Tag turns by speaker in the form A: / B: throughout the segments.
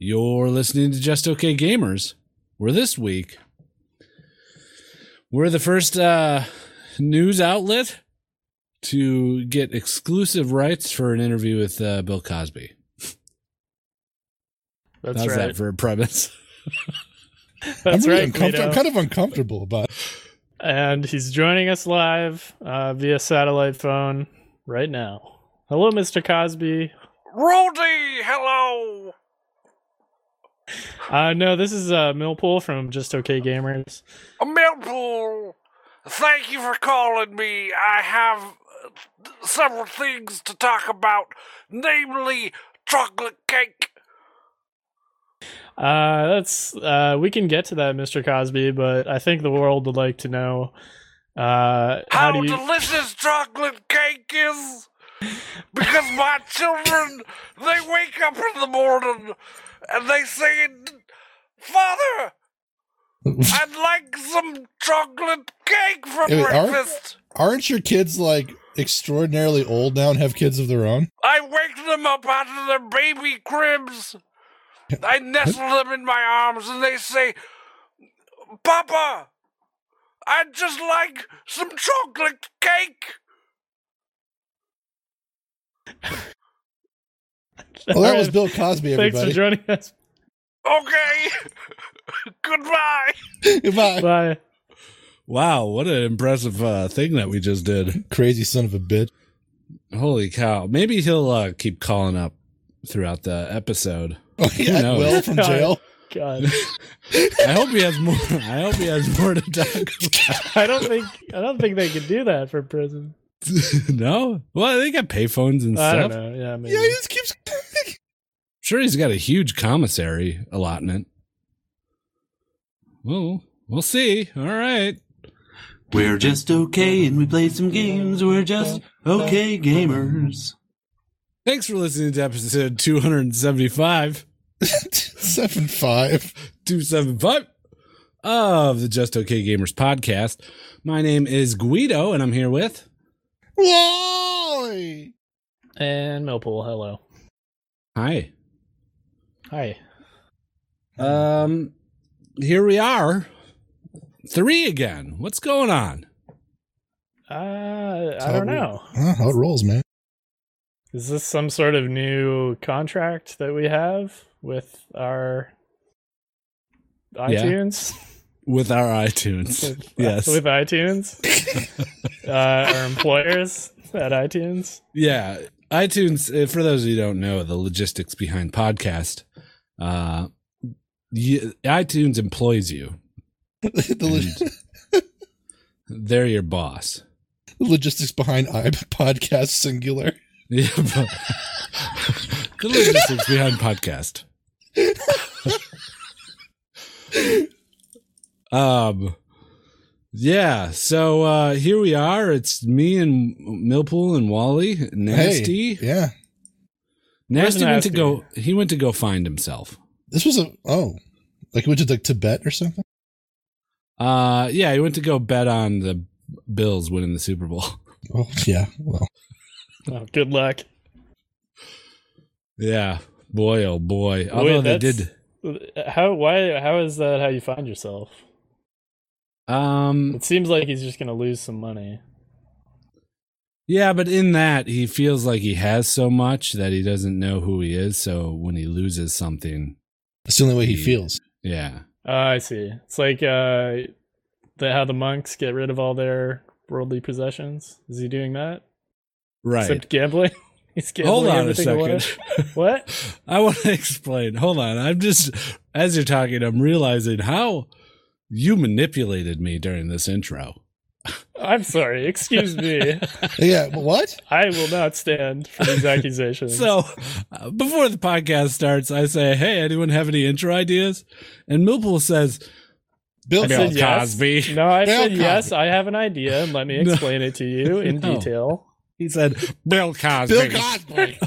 A: You're listening to Just Okay Gamers. We're this week. We're the first uh, news outlet to get exclusive rights for an interview with uh, Bill Cosby.
B: That's
A: How's
B: right.
A: that for a premise?
B: That's
C: I'm, really
B: right.
C: uncomfort-
B: Guido.
C: I'm kind of uncomfortable about it.
B: And he's joining us live uh, via satellite phone right now. Hello, Mr. Cosby.
D: Roldy, hello.
B: Uh, no, this is uh, Millpool from Just Okay Gamers.
D: Millpool, Uh, thank you for calling me. I have uh, th- several things to talk about, namely chocolate cake.
B: Uh, that's uh, we can get to that, Mr. Cosby, but I think the world would like to know uh, how
D: How,
B: do you?
D: delicious chocolate cake is! Because my children, they wake up in the morning and they say, Father, I'd like some chocolate cake for
C: Wait, are-
D: breakfast.
C: Aren't your kids like extraordinarily old now and have kids of their own?
D: I waked them up out of their baby cribs. I nestle them in my arms and they say, Papa, I'd just like some chocolate cake.
C: Well, that was Bill Cosby,
B: Thanks for
C: everybody.
B: joining us.
D: Okay. Goodbye.
C: Goodbye.
B: Bye.
A: Wow, what an impressive uh, thing that we just did.
C: Crazy son of a bitch.
A: Holy cow. Maybe he'll uh, keep calling up throughout the episode.
C: Oh, yeah,
A: knows?
C: Will from jail.
B: God,
A: I hope he has more. I hope he has more to talk about.
B: I don't think I don't think they could do that for prison.
A: no? Well, they got payphones and
B: I
A: stuff.
B: don't know. Yeah, maybe.
C: Yeah, he just keeps.
A: Sure, he's got a huge commissary allotment. Well, we'll see. All right.
E: We're just okay and we play some games. We're just okay gamers.
A: Thanks for listening to episode 275,
C: Seven five.
A: 275 of the Just Okay Gamers podcast. My name is Guido, and I'm here with.
C: Wally.
B: And Millpool, hello.
A: Hi.
B: Hi.
A: Um, here we are. Three again. What's going on?
B: Uh, I
C: How
B: don't
C: we-
B: know.
C: Huh, how it rolls, man.
B: Is this some sort of new contract that we have with our iTunes?
A: With our iTunes.
B: With- uh,
A: yes.
B: With iTunes? uh, our employers at iTunes?
A: Yeah, iTunes. uh, For those who don't know, the logistics behind podcast, uh, you, iTunes employs you.
C: the, log-
A: They're your boss.
C: the logistics behind I podcast singular.
A: Yeah, but- the logistics behind podcast. um, yeah. So uh, here we are. It's me and Millpool and Wally. Nasty.
C: Hey, yeah.
A: Nasty went to
B: Nasty?
A: go. He went to go find himself.
C: This was a oh, like we went to like Tibet or something.
A: Uh, yeah, he went to go bet on the Bills winning the Super Bowl.
C: Oh yeah. Well,
B: Oh, good luck.
A: yeah, boy, oh boy.
B: Boy,
A: Although they
B: that's-
A: did,
B: How why how is that how you find yourself?
A: um,
B: It seems like he's just gonna lose some money.
A: yeah, but in that he feels like he has so much that he doesn't know who he is. So when he loses something,
C: that's the only way he
A: Yeah.
C: feels.
A: yeah,
B: Oh, I see. It's like uh the how the monks get rid of all their worldly possessions. Is he doing that?
A: right.
B: Except gambling. He's gambling
A: Hold on a
B: everything away.
A: second.
B: What?
A: I want to explain. Hold on. I'm just as you're talking, I'm realizing how you manipulated me during this intro.
B: I'm sorry. Excuse me.
C: Yeah. but What?
B: I will not stand for these accusations.
A: So, uh, before the podcast starts, I say, "Hey, anyone have any intro ideas?" And Millpool says,
C: Bill
B: I said
C: Cosby.
B: yes.
A: Cosby.
B: No, I
C: Bill
B: said yes.
C: Cosby.
B: I have an idea. and Let me
A: No.
B: explain it to you in
A: No.
B: detail.
A: He said, Bill Cosby.
C: Bill Cosby.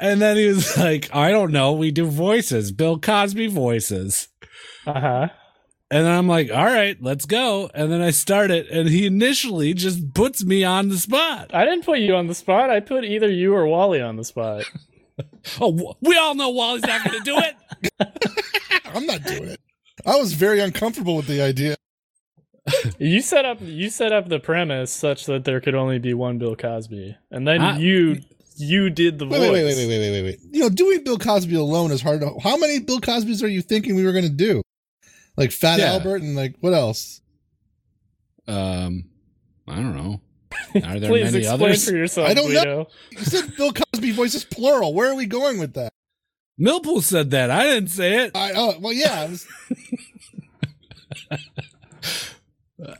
A: and then he was like, I don't know. We do voices, Bill Cosby voices.
B: Uh huh.
A: And I'm like, all right, let's go. And then I start it. And he initially just puts me on the spot.
B: I didn't put you on the spot. I put either you or Wally on the spot.
A: Oh, wh- we all know Wally's not going to do it.
C: I'm not doing it. I was very uncomfortable with the idea.
B: You set up you set up the premise such that there could only be one Bill Cosby, and then
A: I-
B: you you did the
C: Wait,
B: voice.
C: wait, wait, wait, wait, wait, wait, wait, wait. You know, doing Bill Cosby alone is hard. To, how many Bill Cosbys are you thinking we were going to do? Like Fat
A: Yeah.
C: Albert and like what else?
A: Um, I don't know. Are there
B: Please
A: many
B: explain
A: others?
B: for yourself,
C: I don't know.
B: Guido.
C: You said Bill Cosby voices plural. Where are we going with that?
A: Millpool said that. I didn't say it.
C: I oh well yeah. I was-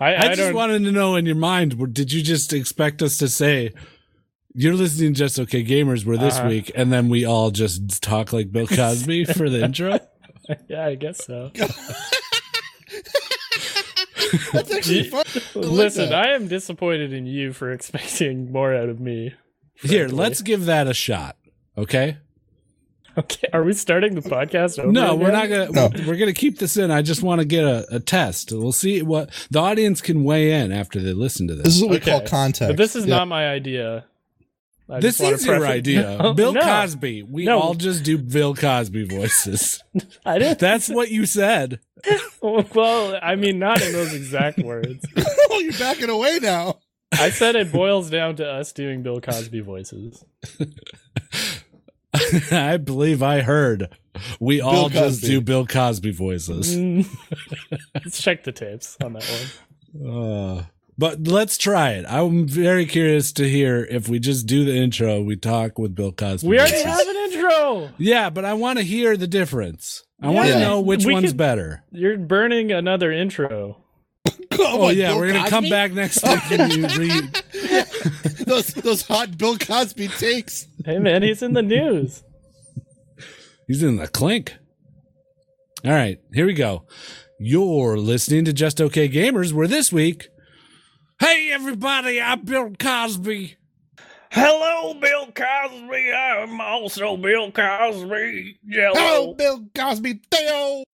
B: I, I,
A: I, just
B: don't.
A: wanted to know in your mind, were- did you just expect us to say, you're listening to Just Okay Gamers, we're this
B: Uh-huh.
A: week, and then we all just talk like Bill Cosby for the intro?
B: yeah, I guess so.
C: that's actually fun. like
B: Listen,
C: that.
B: I am disappointed in you for expecting more out of me.
A: Here,
B: frankly.
A: let's give that a shot. Okay?
B: Okay, are we starting the podcast? Over
A: No, we're not
B: again?
A: gonna. We're gonna keep this in. I just want to get a, a test. We'll see what the audience can weigh in after they listen to
C: This
A: this.
C: is what we
B: Okay.
C: call context.
B: But this is
C: Yeah.
B: not my idea. I
A: This
B: just wanna
A: is your
B: preface-
A: idea,
B: No,
A: Bill
B: no,
A: Cosby. We
B: No.
A: all just do Bill Cosby voices.
B: I didn't.
A: That's what you said.
B: Well, I mean, not in those exact words.
C: oh, you're backing away now.
B: I said it boils down to us doing Bill Cosby voices.
A: I believe I heard. We all just
C: Cosby.
A: do Bill Cosby voices.
B: Mm. Let's check the tapes on that one.
A: Uh, but let's try it. I'm very curious to hear if we just do the intro. We talk with Bill Cosby.
B: We already
A: voices.
B: have an intro.
A: Yeah, but I want to hear the difference. I want to
C: Yeah.
A: know which
B: We
A: one's
B: could-
A: better.
B: You're burning another intro.
A: Oh, yeah, we're gonna come back next week and you read.
C: those those hot Bill Cosby takes.
B: Hey man, he's in the news.
A: He's in the clink. All right, here we go. You're listening to Just Okay Gamers. Where this week, hey everybody, I'm Bill Cosby.
D: Hello, Bill Cosby. I'm also Bill Cosby.
C: Oh,
D: Hello.
C: Bill Cosby, Theo.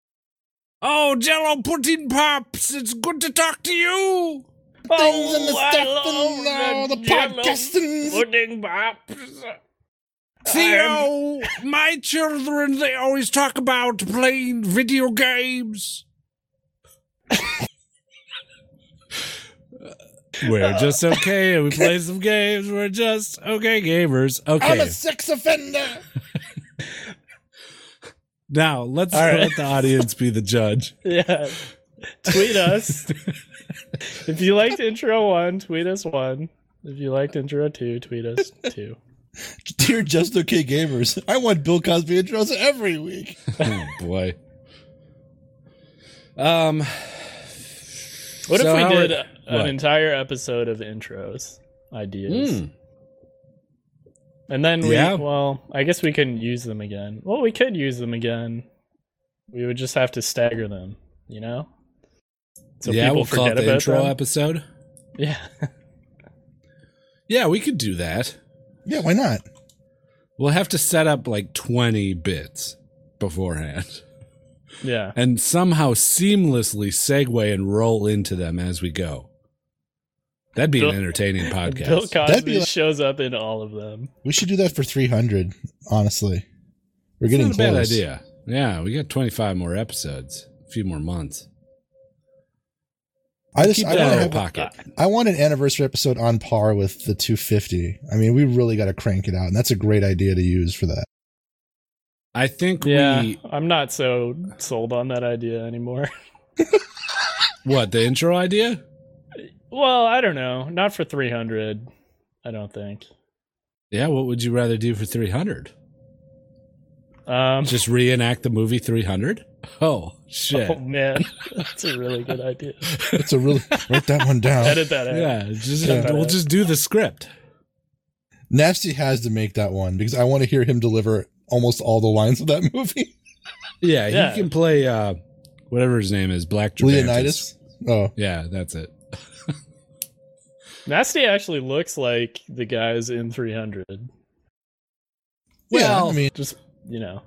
A: Oh, Jello Pudding Pops, it's good to talk to you.
C: Things and the
A: Oh,
D: I
C: stuff and
D: love
C: all the
D: Jell-O
C: podcastings.
D: Pudding pops.
A: Theo, my children, they always talk about playing video games. We're just okay and we play some games. We're just okay gamers.
C: I'm a
A: Okay.
C: sex offender.
A: Now let's
B: All right.
A: let the audience be the judge.
B: Yeah. Tweet us. if you liked intro one, tweet us one. If you liked intro two, tweet us two.
C: Dear Just Okay Gamers, I want Bill Cosby intros every week.
A: Oh boy. Um
B: What
A: So
B: if we
A: Howard-
B: did an
A: what?
B: entire episode of intros ideas?
A: hmm.
B: And then we,
A: Yeah.
B: well, I guess we couldn't use them again. Well, we could use them again. We would just have to stagger them, you know? So
A: yeah,
B: people
A: we'll call it
B: forget
A: the
B: about
A: intro
B: them.
A: episode.
B: yeah.
A: Yeah, we could do that.
C: Yeah, why not?
A: We'll have to set up like 20 bits beforehand
B: Yeah.
A: and somehow seamlessly segue and roll into them as we go. That'd be
B: Bill-
A: an entertaining
B: Bill
A: podcast.
C: That'd be
B: Cosby
C: like-
B: shows up in all of them.
C: We should do that for 300, honestly. We're
A: It's
C: getting
A: not a
C: close.
A: bad idea. Yeah, we got 25 more episodes, a few more months.
C: I just
A: Keep
C: I
A: that in
C: want,
A: our
C: to have,
A: pocket.
C: I want an anniversary episode on par with the 250. I mean, we really got to crank it out, and that's a great idea to use for that.
A: I think
B: Yeah.
A: we
B: I'm not so sold on that idea anymore.
A: what the intro idea?
B: well, I don't know. Not for 300, I don't think.
A: Yeah, what would you rather do for 300?
B: Um,
A: Just reenact the movie 300? Oh shit!
B: oh, man. That's a really good idea.
C: It's a really write that one down.
B: Edit that out.
A: yeah, just
B: Yeah.
A: we'll just do the script.
C: Nasty has to make that one because I want to hear him deliver almost all the lines of that movie.
A: Yeah,
B: Yeah.
A: he can play uh whatever his name is, Black Drabantis.
C: Leonidas. Oh,
A: Yeah, that's it.
B: Nasty actually looks like the guys in 300.
A: Well-
C: yeah. I mean,
B: Just, you know.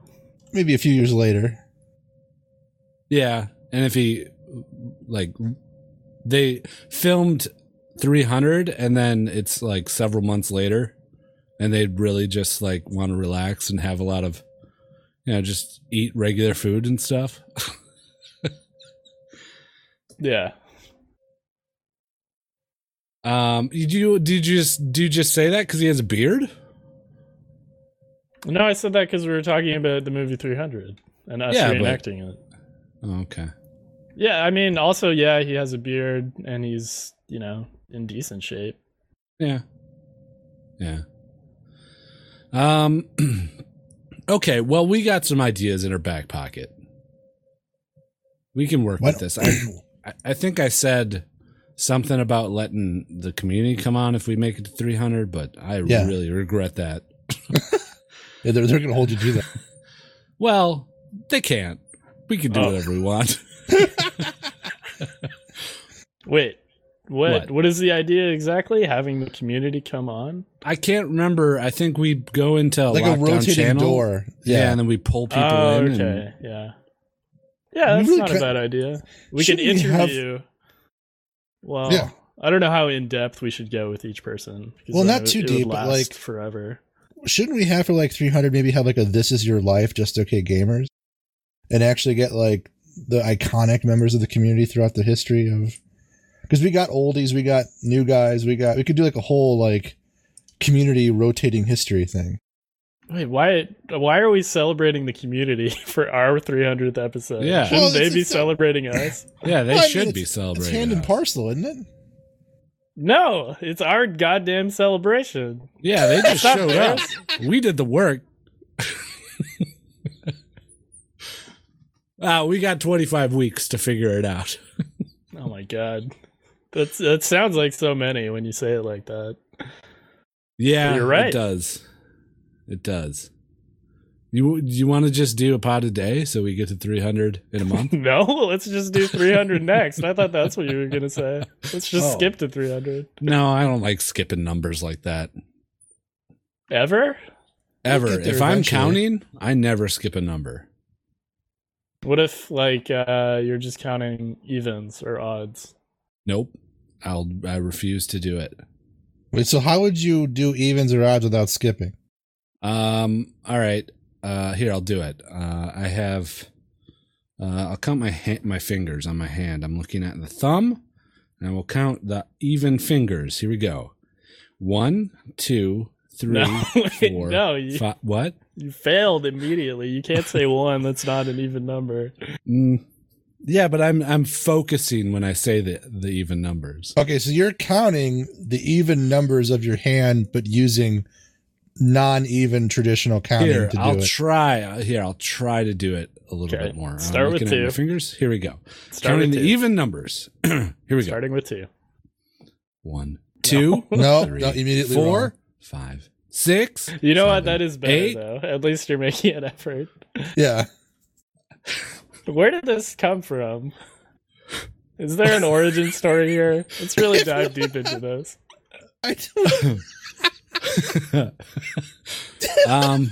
C: maybe a few years later.
A: Yeah, and if he like they filmed 300 and then it's like several months later and they'd really just like want to relax and have a lot of, you know, just eat regular food and stuff.
B: Yeah.
A: Um, did you did you just do you just say that because he has a beard?
B: No, I said that because we were talking about the movie 300 and us
A: Yeah, but-
B: reenacting it.
A: Oh, okay.
B: Yeah, I mean, also, yeah, he has a beard and he's, you know, in decent shape.
A: Yeah. Yeah. Um Okay, well we got some ideas in our back pocket. We can work
C: Why
A: with
C: don't-
A: this. I, I- I think I said something about letting the community come on if we make it to 300, but I
C: Yeah.
A: really regret that.
C: Yeah, they're they're gonna hold you to that.
A: Well, they can't. We can do
B: Oh.
A: whatever we want.
B: Wait, what,
A: What?
B: What is the idea exactly? Having the community come on?
A: I can't remember. I think we go into a
C: like a
A: lockdown
C: rotating
A: channel.
C: door.
A: Yeah.
C: Yeah.
A: and then we pull people
B: oh,
A: in. and-
B: okay. Yeah. Yeah,
C: We
B: that's
C: really
B: not a
C: could-
B: bad idea. We could
C: shouldn't we have-
B: interview. Well,
C: Yeah.
B: I don't know how in depth we should go with each person. because
C: Well,
B: then
C: not
B: it-
C: too
B: it would
C: deep, but,
B: last
C: like-
B: forever.
C: Shouldn't we have for like 300 maybe have like a this is your life just okay gamers and actually get like the iconic members of the community throughout the history of cuz we got oldies, we got new guys, we got we could do like a whole like community rotating history thing.
B: Wait, why? Why are we celebrating the community for our 300th episode?
A: Yeah.
B: shouldn't
C: Well,
B: they
C: it's-
B: be
C: it's not-
B: celebrating us?
A: Yeah, they
C: Well, I mean,
A: should be
C: it's-
A: celebrating.
C: It's hand and
A: us.
C: parcel, isn't it?
B: No, it's our goddamn celebration.
A: Yeah, they just
B: Not
A: showed up. We did the work. uh, we got 25 weeks to figure it out.
B: Oh my god, that's that sounds like so many when you say it like that.
A: Yeah,
B: You're right.
A: It does. It does. You you want to just do a pod a day so we get to 300 in a month?
B: No, let's just do 300 next. I thought that's what you were gonna say. Let's just
C: Oh.
B: skip to 300.
A: no, I don't like skipping numbers like that.
B: Ever?
A: Ever.
C: get there
A: If I'm
C: eventually.
A: counting, I never skip a number.
B: What if like uh you're just counting evens or odds?
A: Nope. I'll I refuse to do it.
C: Wait, so how would you do evens or odds without skipping?
A: Um. All right. Uh. Here, I'll do it. Uh. I have. Uh. I'll count my ha- my fingers on my hand. I'm looking at the thumb, and I will count the even fingers. Here we go. One, two, three,
B: No, wait,
A: four,
B: no, you-
A: fi- What?
B: You failed immediately. You can't say one. That's not an even number.
A: Mm. Yeah, but I'm I'm focusing when I say the the even numbers.
C: Okay, so you're counting the even numbers of your hand but using non-even traditional counting
A: Here,
C: to do
A: I'll
C: it.
A: try. uh, Here, I'll try to do it a little
B: Okay.
A: bit more. I'm
B: Start with
A: looking at my
B: two.
A: fingers. Here we go.
B: Start
A: Counting
B: with
A: the
B: two.
A: even numbers. Here we go.
B: Starting with two.
A: One, two,
C: no,
A: three,
C: no, Oh, immediately
A: four,
C: wrong.
A: five, six.
B: You know what?
A: seven,
B: That is better
A: eight.
B: though. At least you're making an effort.
C: Yeah.
B: Where did this come from? Is there an origin story here? Let's really dive deep into this.
C: I don't
A: um,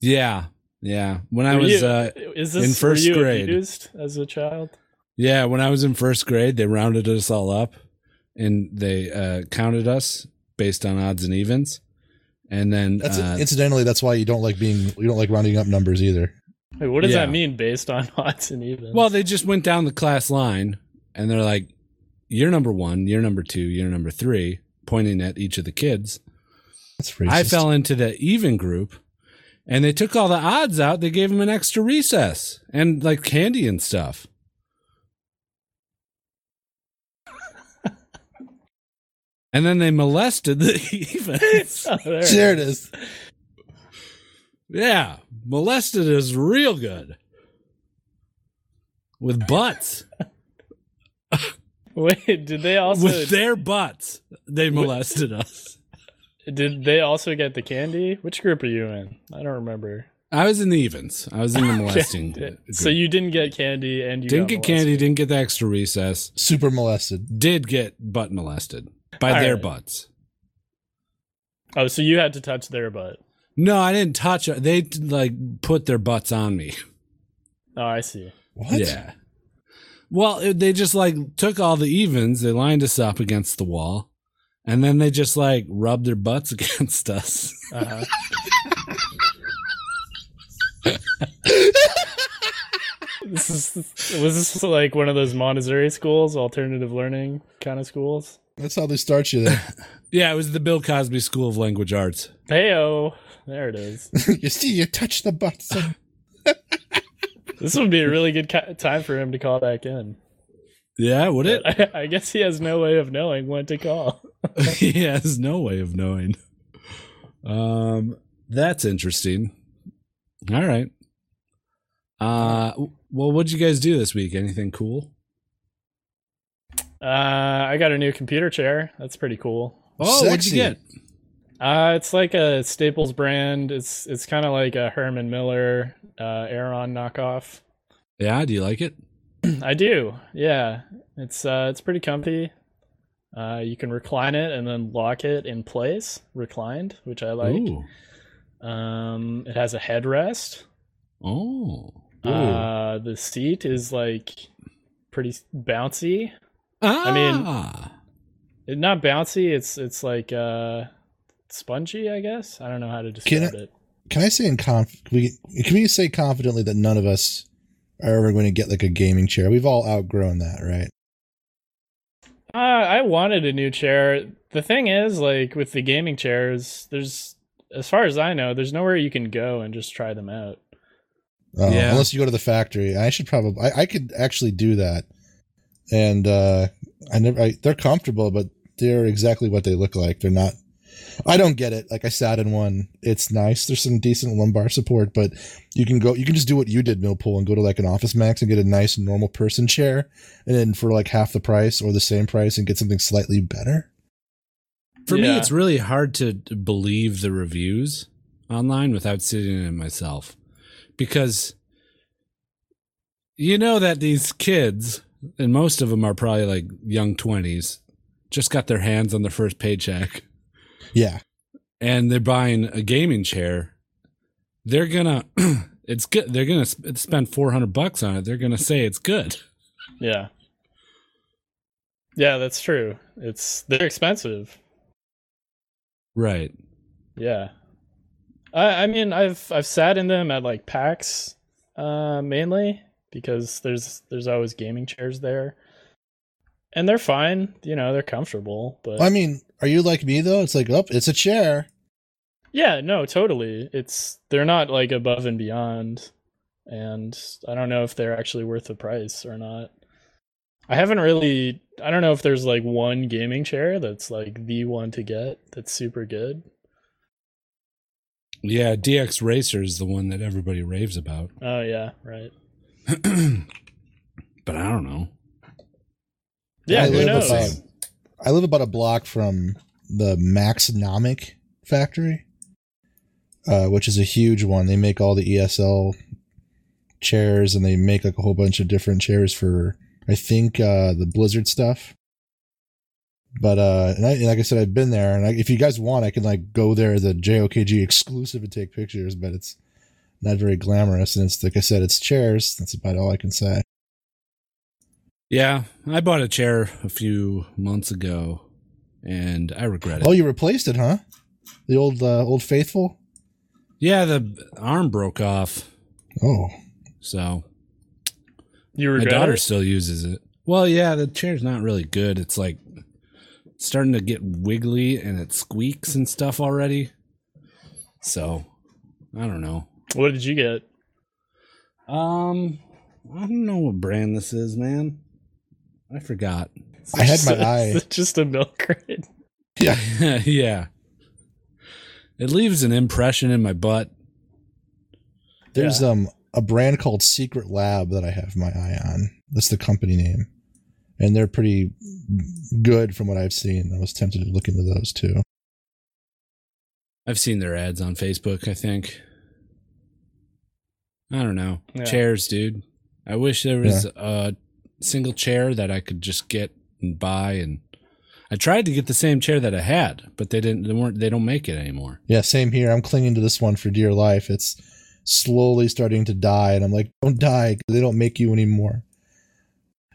A: yeah, yeah. When I
B: Were
A: was,
B: you-
A: uh,
B: Is this
A: in first
B: were you
A: grade.
B: abused as a child?
A: yeah, when I was in first grade, they rounded us all up, and they uh, counted us based on odds and evens, and then
C: That's
A: uh,
C: incidentally that's why you don't like being you don't like rounding up numbers either.
B: Wait, what does
A: Yeah.
B: that mean based on odds and evens?
A: Well, they just went down the class line and they're like, you're number one, you're number two, you're number three, pointing at each of the kids.
C: That's racist.
A: I fell into the even group and they took all the odds out. They gave them an extra recess and like candy and stuff. and then they molested the evens.
B: Oh, there.
C: There it is.
A: Yeah, molested is real good with butts.
B: Wait, did they also
A: with their butts, they molested us.
B: did they also get the candy? Which group are you in? I don't remember.
A: I was in the evens. I was in the molesting.
B: Okay.
A: group.
B: So you didn't get candy and you
A: didn't
B: got
A: get
B: molested.
A: candy, didn't get the extra recess,
C: Super molested.
A: did get butt molested by
B: All
A: their
B: right.
A: butts.
B: Oh, so you had to touch their butt.
A: No, I didn't touch it. They like put their butts on me.
B: Oh, I see.
C: What?
A: Yeah. Well, it, they just like took all the evens, they lined us up against the wall, and then they just like rub their butts against us.
B: Uh-huh. this is was this like one of those Montessori schools, alternative learning kind of schools?
C: That's how they start you there.
A: Yeah, it was the Bill Cosby School of Language Arts.
B: Heyo, there it is.
C: you see, you touch the button.
B: This would be a really good ca- time for him to call back in.
A: Yeah, would it?
B: I, I guess he has no way of knowing when to call.
A: he has no way of knowing. Um, that's interesting. All right. Uh, w- well, what'd you guys do this week? Anything cool?
B: Uh, I got a new computer chair. That's pretty cool.
A: Oh, what'd you
C: Sexy.
A: get?
B: Uh, it's like a Staples brand. It's it's kind of like a Herman Miller uh, Aeron knockoff.
A: Yeah, do you like it?
B: I do. Yeah, it's uh, it's pretty comfy. Uh, you can recline it and then lock it in place, reclined, which I like.
A: Ooh.
B: Um, it has a headrest.
A: Oh.
B: Uh, the seat is like pretty bouncy.
A: I
B: mean- It, not bouncy. It's it's like uh, spongy. I guess I don't know how to
C: Can I-
B: describe it.
C: Can I say in conf- can we can we say confidently that none of us are ever going to get like a gaming chair? We've all outgrown that, right?
B: Uh, I wanted a new chair. The thing is, like with the gaming chairs, there's as far as I know, there's nowhere you can go and just try them out.
C: Uh,
A: Yeah.
C: Unless you go to the factory, I should probably I, I could actually do that. And uh, I never I, they're comfortable, but they're exactly what they look like. They're not. I don't get it. Like I sat in one. It's nice. There's some decent lumbar support, but you can go. You can just do what you did, Millpool, and go to like an Office Max and get a nice normal person chair, and then for like half the price or the same price, and get something slightly better.
A: For me,
B: Yeah.
A: it's really hard to believe the reviews online without sitting in it myself because you know that these kids, and most of them are probably like young 20s, just got their hands on their first paycheck
C: Yeah.
A: and they're buying a gaming chair. They're gonna, it's good. They're gonna sp- spend 400 bucks on it. They're gonna say it's good.
B: Yeah. Yeah, that's true. It's they're expensive.
A: Right.
B: Yeah. I I mean I've I've sat in them at like PAX uh mainly because there's there's always gaming chairs there. And they're fine, you know, they're comfortable, but
C: I mean, are you like me though? It's like, oh, it's a chair.
B: Yeah, no, totally. It's they're not like above and beyond, and I don't know if they're actually worth the price or not. I haven't really. I don't know if there's like one gaming chair that's like the one to get that's super good.
A: Yeah. DX Racer is the one that everybody raves about.
B: Oh yeah, right.
A: but I don't know.
B: Yeah,
C: I
B: who
C: live
B: knows?
C: about- I live about a block from the Maxnomic factory, uh, which is a huge one. They make all the ESL chairs, and they make like a whole bunch of different chairs for, I think, uh, the Blizzard stuff. But uh, and, I, and like I said, I've been there, and I, if you guys want, I can like go there as a JOKG exclusive and take pictures. But it's not very glamorous, and it's like I said, it's chairs. That's about all I can say.
A: Yeah, I bought a chair a few months ago, and I regret it.
C: Oh, you replaced it, huh? The old uh, old faithful.
A: yeah, the arm broke off,
C: Oh,
A: so
B: You
A: my
B: regret
A: daughter
B: it?
A: still uses it. Well, yeah, the chair's not really good. It's like starting to get wiggly, and it squeaks and stuff already. So, I don't know.
B: What did you get?
A: Um, I don't know what brand this is, man. I forgot.
C: I had my
B: Just a-
C: eye.
B: Just a milk crate.
A: yeah, it leaves an impression in my butt.
C: There's um a brand called Secret Lab that I have my eye on. That's the company name, and they're pretty good from what I've seen. I was tempted to look into those too.
A: I've seen their ads on Facebook, I think. I don't know.
B: Yeah.
A: Chairs, dude. I wish there was a single chair that I could just get and buy and I tried to get the same chair that I had, but they didn't they weren't they don't make it anymore.
C: Yeah, same here. I'm clinging to this one for dear life. It's slowly starting to die, and I'm like, don't die. 'cause They don't make you anymore.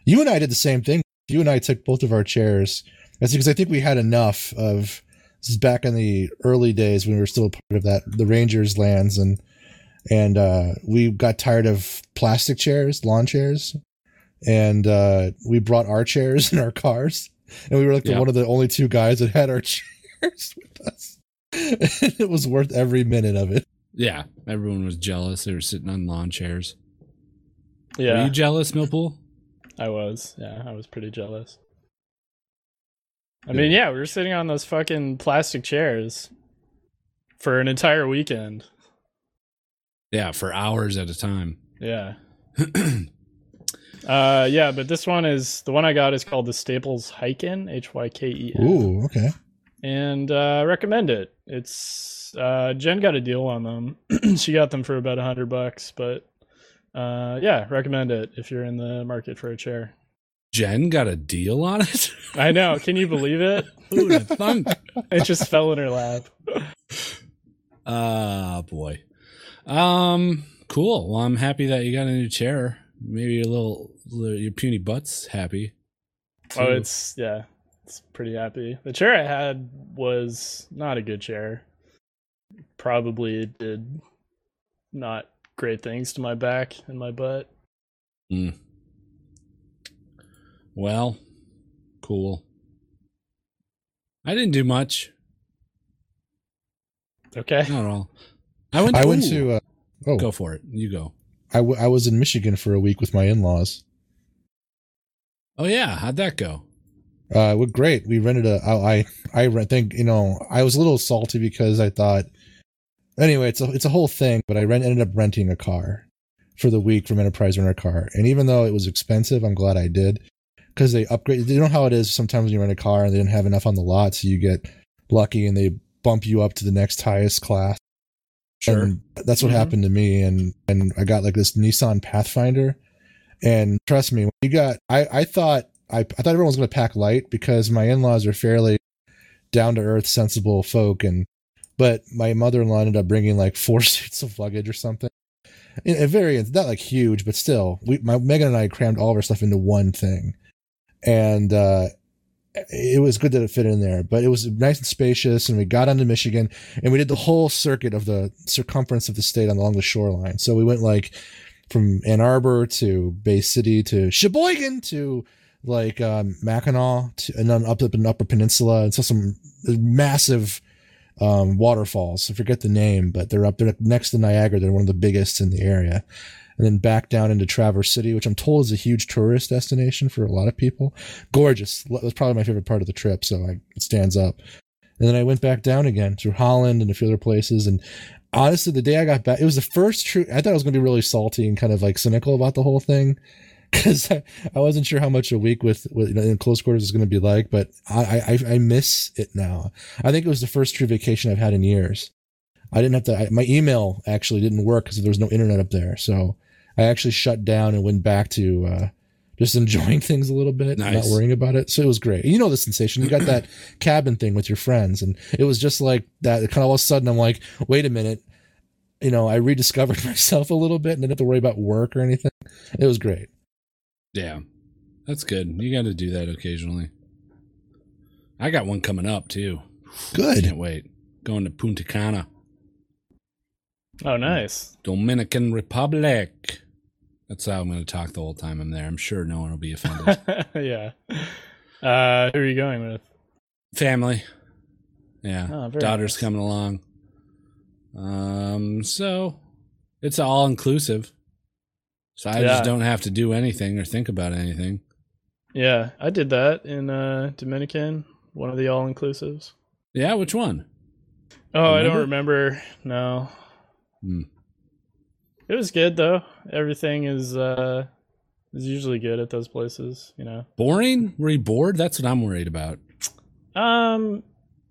C: You and I did the same thing. You and I took both of our chairs That's because I think we had enough of this is back in the early days when we were still a part of that the Rangers lands and and uh, we got tired of plastic chairs, lawn chairs, and uh, we brought our chairs in our cars, and we were like the
A: Yeah.
C: one of the only two guys that had our chairs with us. And it was worth every minute of it.
A: Yeah, everyone was jealous. They were sitting on lawn chairs. Were
B: Yeah,
A: you jealous, Millpool?
B: I was. Yeah, I was pretty jealous. I mean, yeah, we were sitting on those fucking plastic chairs for an entire weekend.
A: Yeah, for hours at a time.
B: Yeah. uh, yeah, but this one is the one I got is called the Staples Hyken, H Y K E N.
C: Ooh, okay.
B: and uh, I recommend it. It's uh, Jen got a deal on them. she got them for about a hundred bucks, but uh, yeah, recommend it if you're in the market for a chair.
A: Jen got a deal on it.
B: I know. Can you believe it?
A: Who'd have thunk?
B: It just fell in her lap.
A: Ah, boy. Um, cool. Well, I'm happy that you got a new chair. Maybe your little, little your puny butt's happy.
B: Oh,
A: too.
B: it's yeah, it's pretty happy. The chair I had was not a good chair. Probably did not great things to my back and my butt.
A: Well, cool. I didn't do much.
B: Okay.
A: Not at all. I went. To,
C: I went
A: Ooh.
C: to uh, oh,
A: Go for it. You go.
C: I, w- I was in Michigan for a week with my in laws.
A: Oh yeah, how'd that go?
C: Uh, well, great. We rented a. I I I rent. Think you know. I was a little salty because I thought. Anyway, it's a it's a whole thing, but I rent, ended up renting a car for the week from Enterprise Rent a Car, and even though it was expensive, I'm glad I did because they upgrade. You know how it is sometimes when you rent a car and they didn't have enough on the lot, so you get lucky and they bump you up to the next highest class.
A: Sure.
C: And that's what
B: Mhm.
C: happened to me, and and I got like this Nissan Pathfinder, and trust me, when you got I I thought I I thought everyone was going to pack light because my in laws are fairly down to earth, sensible folk, and but my mother in law ended up bringing like four suits of luggage or something. And it very it's not like huge, but still, we my Megan and I crammed all of our stuff into one thing, and uh, it was good that it fit in there. But it was nice and spacious, and we got onto Michigan, and we did the whole circuit of the circumference of the state along the shoreline. So we went like from Ann Arbor to Bay City to Sheboygan to like um, Mackinac to, and then up up in Upper Peninsula and saw some massive um, waterfalls. I forget the name, but they're up there next to Niagara. They're one of the biggest in the area. And then back down into Traverse City, which I'm told is a huge tourist destination for a lot of people. Gorgeous. That was probably my favorite part of the trip, so I, it stands up. And then I went back down again through Holland and a few other places. And honestly, the day I got back, it was the first true. I thought I was going to be really salty and kind of like cynical about the whole thing because I, I wasn't sure how much a week with, with you know, in close quarters was going to be like. But I, I I miss it now. I think it was the first true vacation I've had in years. I didn't have to. I, my email actually didn't work because there was no internet up there, so I actually shut down and went back to. uh just enjoying things a little bit,
A: Nice.
C: not worrying about it. So it was great. You know the sensation. You got that cabin thing with your friends, and it was just like that. Kind of all of a sudden, I'm like, wait a minute, you know, I rediscovered myself a little bit and didn't have to worry about work or anything. It was great.
A: Yeah, that's good. You got to do that occasionally. I got one coming up too.
C: Good.
A: Can't wait. Going to Punta Cana,
B: Oh, nice.
A: Dominican Republic. That's how I'm going to talk the whole time I'm there. I'm sure no one will be offended.
B: yeah. Uh, who are you going with?
A: Family. Yeah.
B: Oh, very
A: Daughter's
B: nice.
A: coming along. Um, so it's all inclusive. So I
B: Yeah.
A: just don't have to do anything or think about anything.
B: Yeah, I did that in uh, Dominican, one of the all inclusives.
A: Yeah, which one?
B: Oh, I don't remember. No.
A: Hmm.
B: It was good though. Everything is uh is usually good at those places, you know.
A: Boring? Were you bored? That's what I'm worried about.
B: Um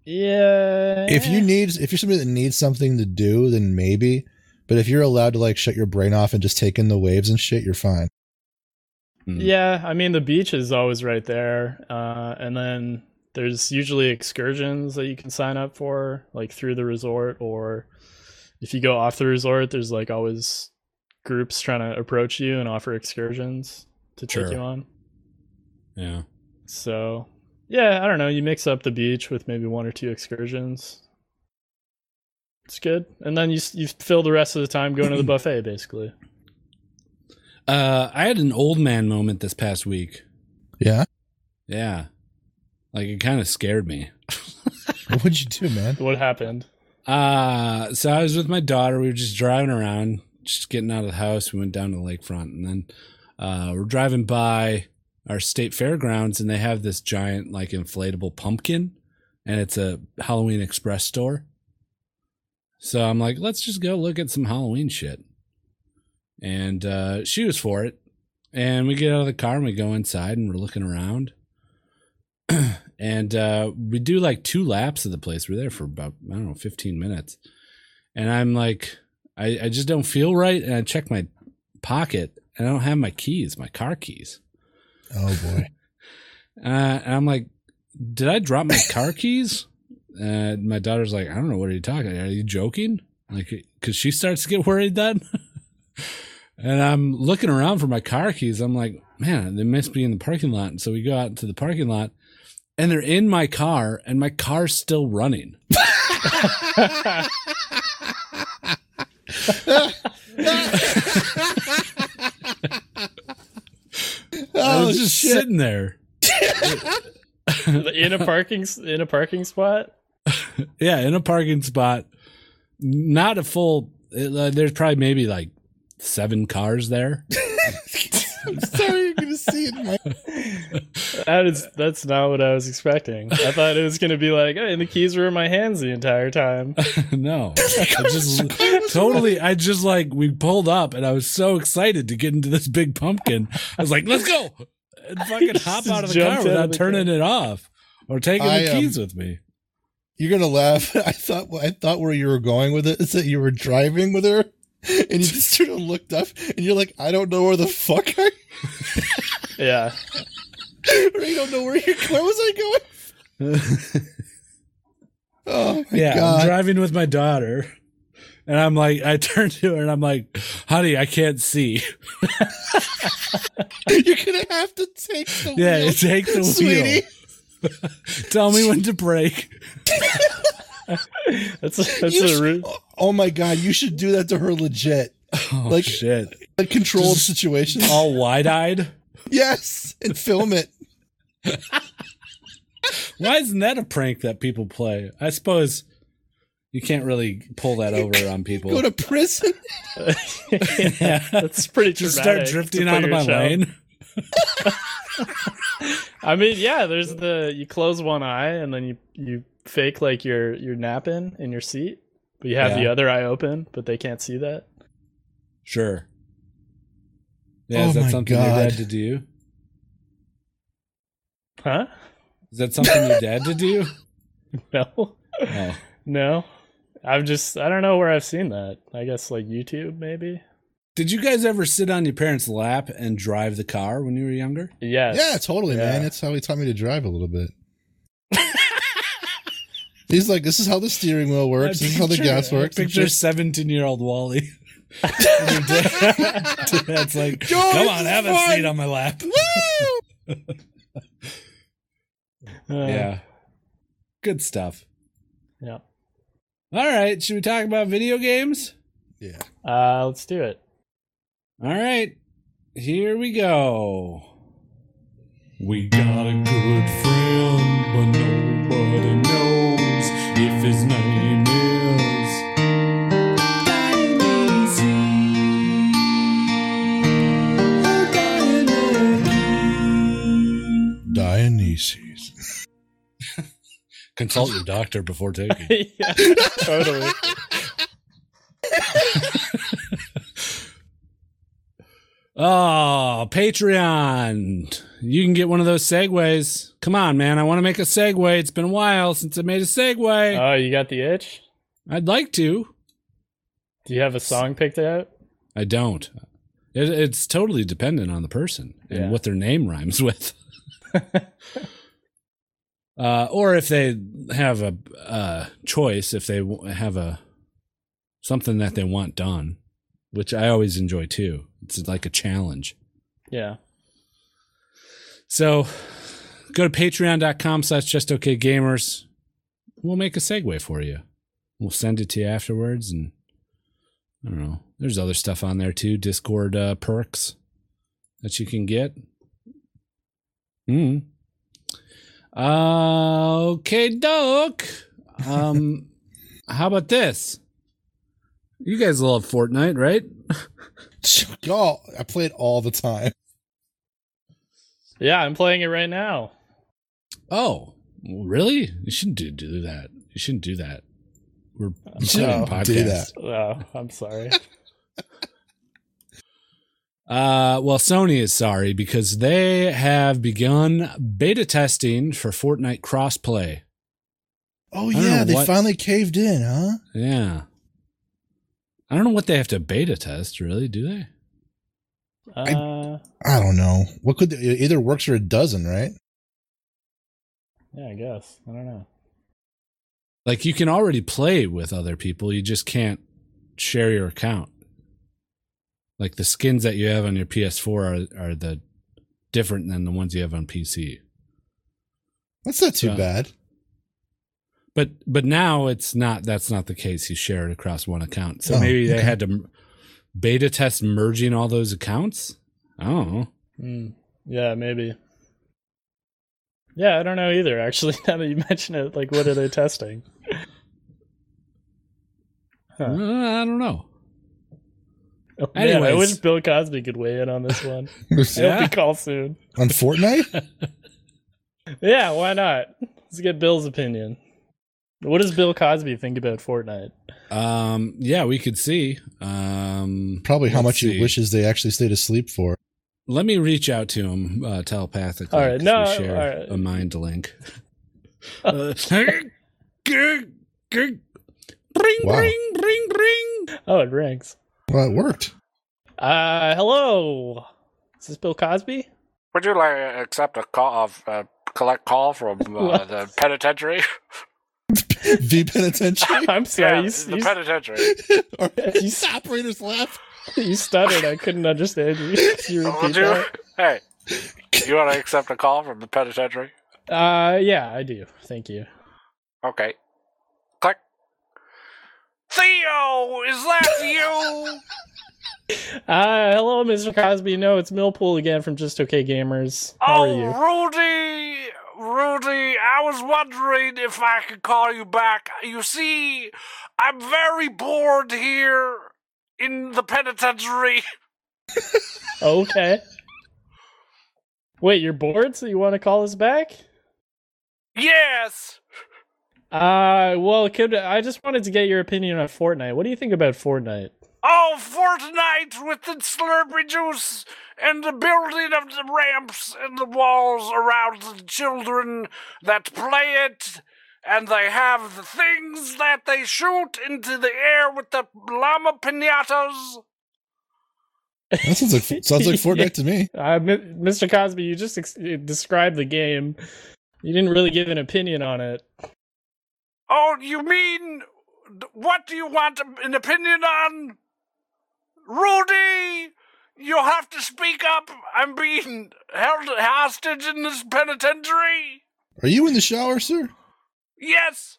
B: yeah.
C: If you need, if you're somebody that needs something to do, then maybe. But if you're allowed to like shut your brain off and just take in the waves and shit, you're fine.
A: Hmm.
B: Yeah, I mean the beach is always right there. Uh and then there's usually excursions that you can sign up for like through the resort or if you go off the resort, there's like always groups trying to approach you and offer excursions to take
A: Sure.
B: you on.
A: Yeah.
B: So yeah, I don't know. You mix up the beach with maybe one or two excursions. It's good, and then you s- you fill the rest of the time going to the buffet, basically.
A: Uh, I had an old man moment this past week.
C: Yeah.
A: Yeah. Like it kind of scared me.
C: What'd you do, man?
B: What happened?
A: Uh, so I was with my daughter. We were just driving around, just getting out of the house. We went down to the lakefront and then uh, we're driving by our state fairgrounds and they have this giant, like, inflatable pumpkin and it's a Halloween Express store. So I'm like, let's just go look at some Halloween shit. And uh, she was for it. And we get out of the car and we go inside and we're looking around. and uh, we do like two laps of the place. We're there for about, I don't know, 15 minutes. And I'm like, I, I just don't feel right. And I check my pocket and I don't have my keys, my car keys.
C: Oh boy.
A: Uh, and I'm like, did I drop my car keys? And my daughter's like, I don't know. What are you talking? Are you joking? Like, cause she starts to get worried then. and I'm looking around for my car keys. I'm like, man, they must be in the parking lot. And so we go out to the parking lot and they're in my car and my car's still running. I
C: oh
A: was just
C: shit.
A: sitting there.
B: in a parking s- in a parking spot.
A: Yeah, in a parking spot. Not a full. it- uh, there's probably maybe like seven cars there.
C: I'm sorry you're gonna see it, Mike.
B: That is that's not what I was expecting. I thought it was gonna be like, hey, the keys were in my hands the entire time.
A: no, I just totally. I just like we pulled up, and I was so excited to get into this big pumpkin. I was like, "Let's go!" and fucking hop
B: Just
A: out of the
B: jumped
A: car
B: out of
A: without
B: the
A: turning it off or taking
C: I,
A: the
C: um,
A: keys with me.
C: You're gonna laugh. I thought I thought where you were going with it is that you were driving with her, and you just sort of looked up, and you're like, I don't know where the fuck I,
B: Yeah.
C: or I don't know where you. Where was I going? Oh my
A: yeah,
C: god!
A: I'm driving with my daughter, and I'm like, I turned to her and I'm like, "Honey, I can't see."
C: you're gonna have to take the
A: Yeah,
C: wheel,
A: take the
C: sweetie.
A: wheel. Tell me when to break.
B: That's a, that's
C: You
B: a
C: sh-
B: root.
C: oh my god! You should do that to her legit,
A: Oh
C: Like-
A: shit!
C: like controlled situation.
A: All wide-eyed.
C: yes, and film it.
A: Why isn't that a prank that people play? I suppose you can't really pull that over on people.
C: Go to prison.
A: Yeah.
B: That's pretty
A: Just start
B: dramatic to
A: drifting
B: put
A: out of
B: your
A: my
B: child-
A: lane.
B: I mean, yeah, there's the you close one eye and then you you fake like you're you're napping in your seat, but you have the
A: Yeah.
B: other eye open, but they can't see that.
A: Sure. Yeah,
C: Oh
A: is that
C: my
A: something your
C: God.
A: dad to do?
B: Huh?
A: Is that something your dad to do?
B: No.
A: Oh.
B: No. I've just I don't know where I've seen that. I guess like YouTube maybe.
A: Did you guys ever sit on your parents' lap and drive the car when you were younger?
B: Yes.
C: Yeah, totally, man.
B: Yeah.
C: That's how he taught me to drive a little bit. He's like, this is how the steering wheel works. This is how the gas works.
A: Picture seventeen-year-old Wally. And your dad- dad's like,
C: Joe,
A: come
C: this
A: on,
C: is
A: have a
C: fun."
A: seat on my lap.
B: Uh,
A: Yeah, good stuff.
B: Yeah.
A: All right, should we talk about video games?
C: yeah.
B: Uh, let's do it.
A: All right, here we go. We got a good friend, but nobody knows if his name is.
C: Dionysus.
A: Consult your doctor before taking.
B: yeah, totally.
A: Oh, Patreon. You can get one of those segues. Come on, man. I want to make a segue. It's been a while since I made a segue.
B: Oh, you got the itch?
A: I'd like to.
B: Do you have a song picked out?
A: I don't. It, it's totally dependent on the person and
B: Yeah.
A: what their name rhymes with. uh, or if they have a uh, choice, if they w- have a something that they want done, which I always enjoy too. It's like a challenge.
B: Yeah.
A: So Go to patreon.com slash just okay gamers. We'll make a segue for you. We'll send it to you afterwards. And I don't know. There's other stuff on there too Discord uh, perks that you can get. Mm. Uh, okay, Doc. Um, how about this? You guys love Fortnite, right?
C: Y'all, I play it all the time.
B: Yeah, I'm playing it right now.
A: Oh, really? You shouldn't do, do that. You shouldn't do that. We're you shouldn't
C: No,
A: podcast.
C: do that.
B: Oh, I'm sorry.
A: Uh, well, Sony is sorry because they have begun beta testing for Fortnite crossplay.
C: Oh
A: I don't
C: yeah,
A: know
C: they
A: what-
C: finally caved in, huh?
A: Yeah. I don't know what they have to beta test, really, do they?
B: Uh,
C: I don't know. What could they, it either works or it doesn't, right?
B: yeah, I guess. I don't know.
A: Like, you can already play with other people, you just can't share your account. Like, the skins that you have on your PS4 are, are the different than the ones you have on PC.
C: That's not too
A: Yeah.
C: bad.
A: But but now it's not. That's not the case. You share it across one account. So
C: Oh,
A: maybe they
C: okay.
A: had to m- beta test merging all those accounts. I don't know.
B: Hmm. yeah, maybe. Yeah, I don't know either. Actually, now that you mention it, like, what are they testing? Huh.
A: Uh, I don't know.
B: Oh, man, I wish
A: Anyways.
B: Bill Cosby could weigh in on this one. I
A: Yeah.
B: hope he calls soon.
C: On Fortnite?
B: Yeah, why not? Let's get Bill's opinion. What does Bill Cosby think about Fortnite?
A: Um. Yeah, we could see. Um.
C: Probably how
A: let's
C: much
A: see.
C: he wishes they actually stayed asleep for.
A: Let me reach out to him uh, telepathically.
B: All right,
A: 'cause
B: no,
A: we share
B: all right.
A: a mind link. uh, ring, ring, ring,
C: Wow.
A: ring, ring, ring.
B: Oh, it rings.
C: Well, it worked.
B: Uh, hello. Is this Bill Cosby?
D: Would you like to accept a call of uh, collect call from uh,
B: What?
D: the penitentiary?
C: V penitentiary.
B: I'm sorry,
D: Yeah,
B: you,
D: the
B: you-
D: penitentiary.
C: Our
B: you,
C: operators laugh.
B: you stuttered. I couldn't understand you. Could you
D: Would
B: repeat
D: you?
B: that?
D: Hey, you want to accept a call from the penitentiary?
B: Uh, yeah, I do. Thank you.
D: Okay. Click. Theo, is that you?
B: Uh, hello, Mr. Cosby. No, it's Millpool again from Just Okay Gamers. How are you?
D: oh, Rudy, Rudy, I was wondering if I could call you back. You see, I'm very bored here in the penitentiary.
A: Oh.
B: Okay. Wait, you're bored, so you want to call us back?
D: Yes.
B: Uh, well, could I just wanted to get your opinion on Fortnite? What do you think about Fortnite?
D: Oh, Fortnite with the Slurpee juice and the building of the ramps and the walls around the children that play it. And they have the things that they shoot into the air with the llama pinatas.
C: That sounds like sounds like Fortnite to me.
B: Uh, M- Mr. Cosby, you just ex- described the game. You didn't really give an opinion on it.
D: Oh, you mean what do you want an opinion on? Rudy, you'll have to speak up. I'm being held hostage in this penitentiary.
C: Are you in the shower, sir?
D: Yes.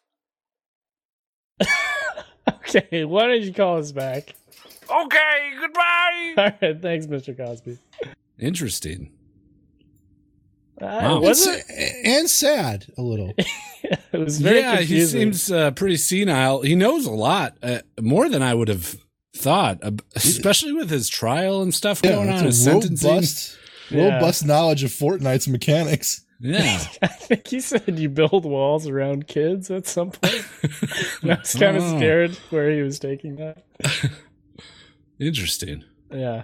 B: Okay, why don't you call us back?
D: Okay, goodbye.
B: All right, thanks, Mr. Cosby.
A: Interesting.
B: Uh,
A: Wow.
B: Was
C: and,
B: it?
C: sa- uh, and sad a little.
B: It was very
A: yeah,
B: confusing.
A: he seems uh, pretty senile. He knows a lot, uh, more than I would have thought, ab- especially with his trial and stuff
C: Yeah,
A: going on. His
C: it's a
A: sentencing.
C: robust,
B: Yeah.
C: robust knowledge of Fortnite's mechanics.
A: Yeah,
B: I think he said you build walls around kids at some point. and I was kind of
A: Oh.
B: scared where he was taking that.
A: interesting.
B: Yeah.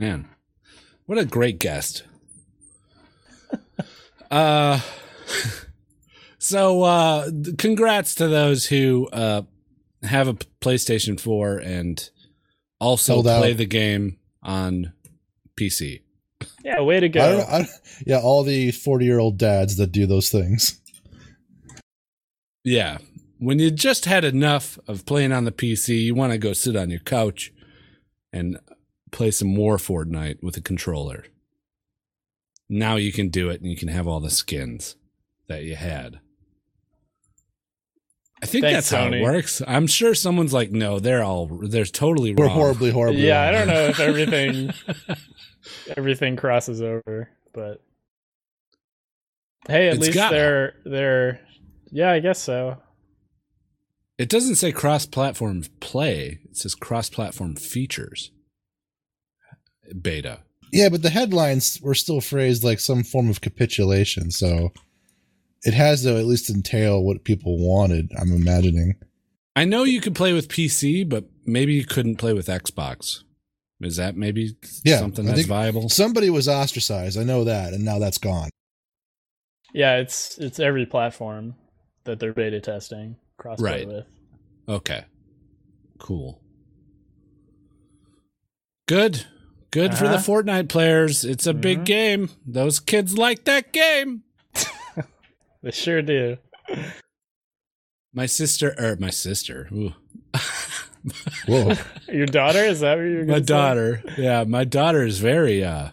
A: Man, what a great guest. uh, so uh, th- congrats to those who uh, have a P- PlayStation 4 and also
C: Sold out.
A: play the game on PC.
B: Yeah, way to go.
C: I don't, know- I don't, yeah, all the forty-year-old dads that do those things.
A: Yeah. When you just had enough of playing on the PC, you want to go sit on your couch and play some more Fortnite with a controller. Now you can do it and you can have all the skins that you had. I think that's
B: Thanks,
A: how
B: Sony.
A: it works. I'm sure someone's like, no, they're all they're totally
C: We're
A: wrong.
C: horribly, horribly.
B: yeah, I
C: wrong.
B: don't know if everything everything crosses over, but hey, at
A: It's
B: least
A: gotta.
B: they're they're yeah, I guess so.
A: It doesn't say cross platform play, it says cross platform features. Beta.
C: Yeah, but the headlines were still phrased like some form of capitulation, so it has to at least entail what people wanted, I'm imagining.
A: I know you could play with PC, but maybe you couldn't play with Xbox. Is that maybe
C: Yeah,
A: something
C: I
A: that's
C: think-
A: viable?
C: Somebody was ostracized, I know that, and now that's gone.
B: Yeah, it's it's every platform that they're beta testing crossplay
A: Right.
B: with.
A: Okay. Cool. Good. Good for the
B: Uh-huh.
A: Fortnite players. It's a big
B: Mhm.
A: game. Those kids like that game.
B: They sure do.
A: My sister, or my sister, ooh.
C: Whoa.
B: Your daughter is that what you're
A: my
B: gonna say?
A: daughter, yeah, my daughter is very uh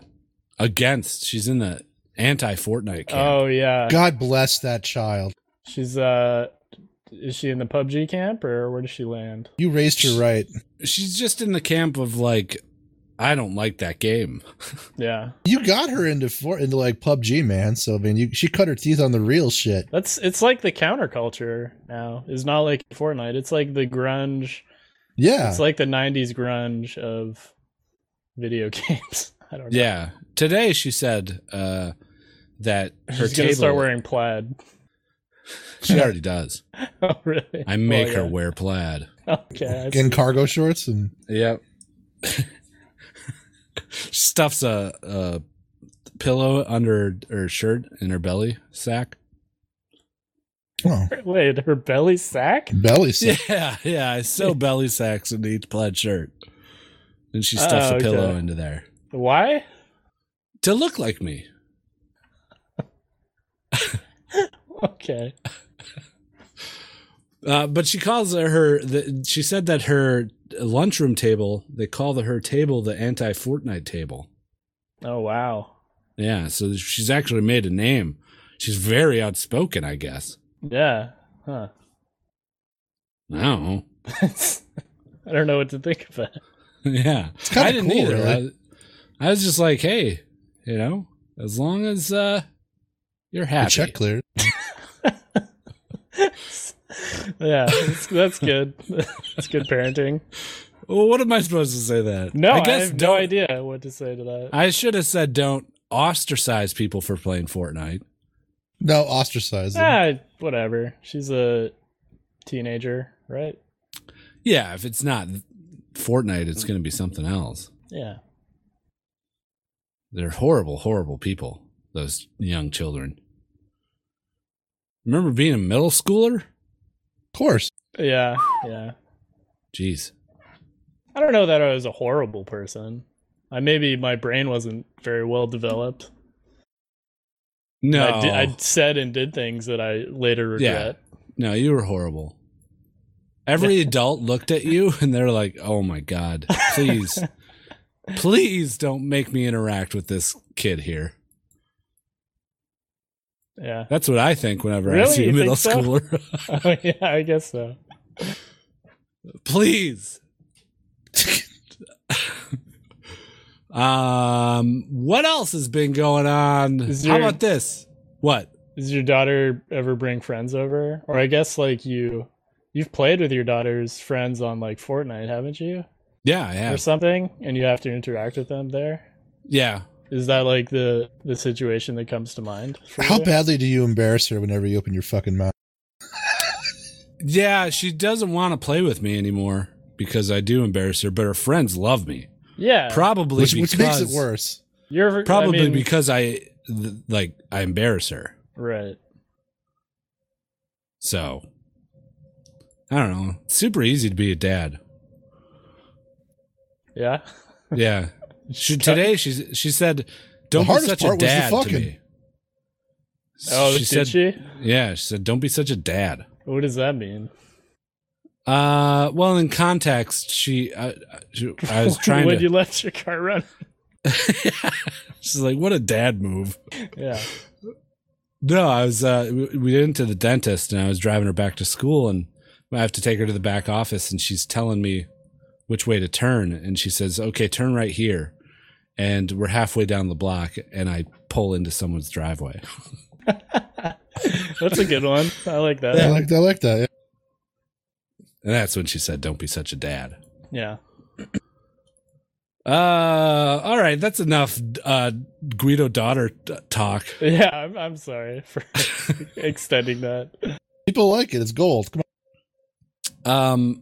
A: against. She's in the anti Fortnite camp.
B: Oh yeah,
C: God bless that child.
B: she's uh, is she in the PUBG camp or where does she land?
C: You raised her right.
A: She's just in the camp of like, I don't like that game.
B: Yeah,
C: You got her into for, into like PUBG, man. So I mean, you, she cut her teeth on the real shit.
B: that's it's like the counterculture now. It's not like Fortnite. It's like the grunge.
C: Yeah,
B: It's like the '90s grunge of video games. I don't know.
A: Yeah. Today she said uh that her
B: she's
A: table.
B: gonna start wearing plaid.
A: she already does.
B: Oh really?
A: I make
B: Well,
A: her
B: yeah.
A: wear plaid.
B: Okay. I see.
C: in cargo shorts and
A: Yep. Stuffs a, a pillow under her shirt in her belly sack.
C: oh,
B: Wait, her belly sack?
C: belly sack.
A: Yeah, yeah. I sew belly sacks into each plaid shirt. And she stuffs
B: Oh,
A: a pillow
B: okay.
A: into there.
B: Why?
A: To look like me.
B: Okay.
A: Uh, but she calls her. The, she said that her lunchroom table. They call the her table the anti Fortnite table.
B: Oh wow.
A: Yeah, so she's actually made a name. She's very outspoken, I guess.
B: Yeah. Huh.
A: I don't know.
B: I don't know what to think of that.
A: yeah,
C: kinda
A: I didn't
C: cool,
A: either.
C: really.
A: I, I was just like, hey, you know, as long as uh, you're
C: The
A: happy.
C: check cleared.
B: yeah, that's, that's good. That's good parenting.
A: Well, what am I supposed to say that?
B: No, I,
A: I guess
B: have
A: don't.
B: no idea what to say to that.
A: I should have said don't ostracize people for playing Fortnite.
C: No, ostracized. them.
B: ah, whatever. She's a teenager, right?
A: Yeah, if it's not Fortnite, it's going to be something else.
B: Yeah.
A: They're horrible, horrible people, those young children. Remember being a middle schooler?
C: Of course.
B: Yeah. Yeah.
A: Jeez.
B: I don't know that I was a horrible person. I maybe my brain wasn't very well developed.
A: No.
B: I, di- I said and did things that I later regret.
A: no, you were horrible. Every adult looked at you and they're like, oh my God, please, please don't make me interact with this kid here.
B: Yeah.
A: That's what I think whenever I
B: Really?
A: see a
B: You think
A: middle
B: so?
A: schooler.
B: Oh, yeah, I guess so.
A: please. um, what else has been going on?
B: Is
A: How
B: there-
A: about this? What?
B: Does your daughter ever bring friends over? Or I guess like you you've played with your daughter's friends on like Fortnite, haven't you?
A: Yeah, I have.
B: Or something and you have to interact with them there?
A: Yeah.
B: Is that like the the situation that comes to mind? for
C: How
B: you?
C: badly do you embarrass her whenever you open your fucking mouth?
A: Yeah, she doesn't want to play with me anymore because I do embarrass her, but her friends love me.
B: Yeah.
A: Probably
C: Which,
A: because
C: which makes it worse.
B: you're
A: Probably
B: I mean,
A: because I th- like I embarrass her.
B: right.
A: So I don't know. It's super easy to be a dad.
B: Yeah.
A: Yeah. she, today she she said don't be
C: hardest
A: such a
C: part was the
A: dad to
C: fucking.
A: me.
B: Oh, did
A: said
B: she?
A: Yeah, she said don't be such a dad.
B: What does that mean?
A: Uh well in context she, uh, she I was trying
B: when
A: to
B: you left your car running.
A: She's like, what a dad move.
B: Yeah.
A: No, I was uh we we went to the dentist and I was driving her back to school and I have to take her to the back office and she's telling me which way to turn and she says, "Okay, turn right here." And we're halfway down the block and I pull into someone's driveway.
B: That's a good one. I like that.
C: I
B: Yeah.
C: like I like that. Yeah.
A: And that's when she said, "Don't be such a dad."
B: yeah.
A: Uh all right, that's enough uh Guido daughter t- talk.
B: I'm, I'm sorry for extending that.
C: People like it. It's gold. Come
A: Um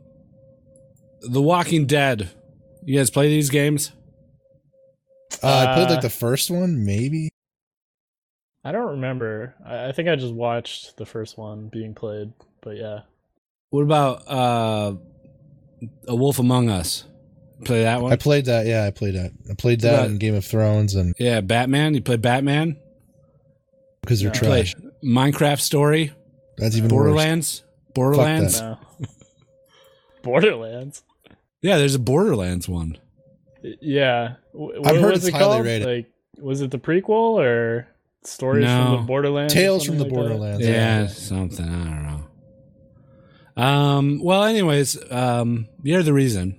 A: The Walking Dead. You guys play these games?
C: on. Uh, I played
B: Uh,
C: like the first one, maybe.
B: I don't remember. I, I think I just watched the first one being played, but yeah.
A: What about uh A Wolf Among Us? Play that one?
C: I played that. Yeah, I played that. I played that
A: Right.
C: in Game of Thrones, and
A: yeah, Batman. You play Batman?
C: because they're
B: No.
A: Play
C: trash.
A: Minecraft Story?
C: That's even worse.
A: Borderlands? Borderlands?
C: that.
B: No. Borderlands.
A: Yeah, there's a Borderlands one.
B: Yeah. W-
C: I've
B: what
C: heard
B: was
C: it's
B: it
C: highly
B: called?
C: rated.
B: Like, was it the prequel or stories
A: No.
B: from the Borderlands? or
C: Tales from the
B: something like that?
C: Borderlands.
A: Yeah, something. I don't know. Um, well, anyways, um, you're the reason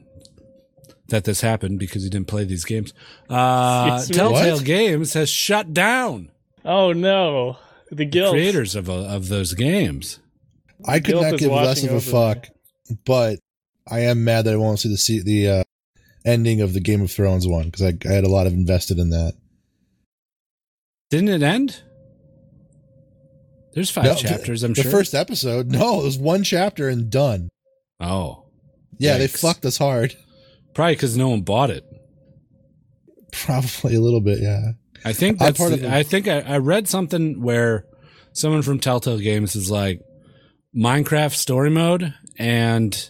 A: that this happened because you didn't play these games. Uh,
B: Excuse me?
A: Telltale
C: What?
A: Games has shut down
B: Oh no, the guilt.
A: creators of, uh, of those games.
C: I could
B: Guilt
C: not
B: is
C: give less
B: watching
C: of a
B: over me.
C: fuck, but I am mad that I won't see the se- the uh, ending of the Game of Thrones one because I, I had a lot of invested in that.
A: Didn't it end? There's five
C: No,
A: chapters, I'm
C: the
A: sure.
C: first episode, no, it was one chapter and done.
A: oh,
C: Yeah, they
A: Yikes.
C: fucked us hard.
A: probably because no one bought it.
C: Probably a little bit, yeah.
A: I think
C: I'm
A: that's.
C: part
A: the-
C: of the-
A: I think I, I read something where someone from Telltale Games is like Minecraft story mode and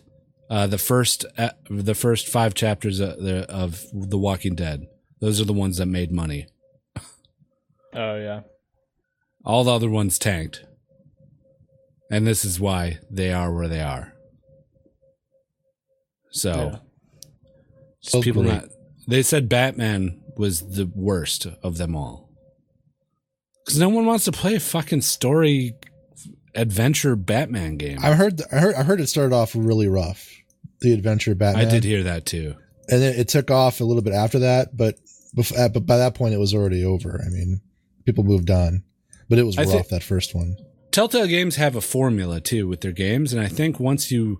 A: uh, the first uh, the first five chapters of the, of The Walking Dead. Those are the ones that made money.
B: Oh yeah.
A: All the other ones tanked, and this is why they are where they are. So
B: Yeah.
A: just
C: So
A: people
C: great.
A: not. They said Batman was the worst of them all. Because no one wants to play a fucking story adventure Batman game.
C: I heard, I heard, I heard it started off really rough. The Adventure of
A: I
C: Batman.
A: did hear that too.
C: and then it took off a little bit after that, but bef- uh, but by that point it was already over. I mean, people moved on, but it was
A: I
C: rough
A: thi-
C: that first one.
A: Telltale games have a formula too with their games. And I think once you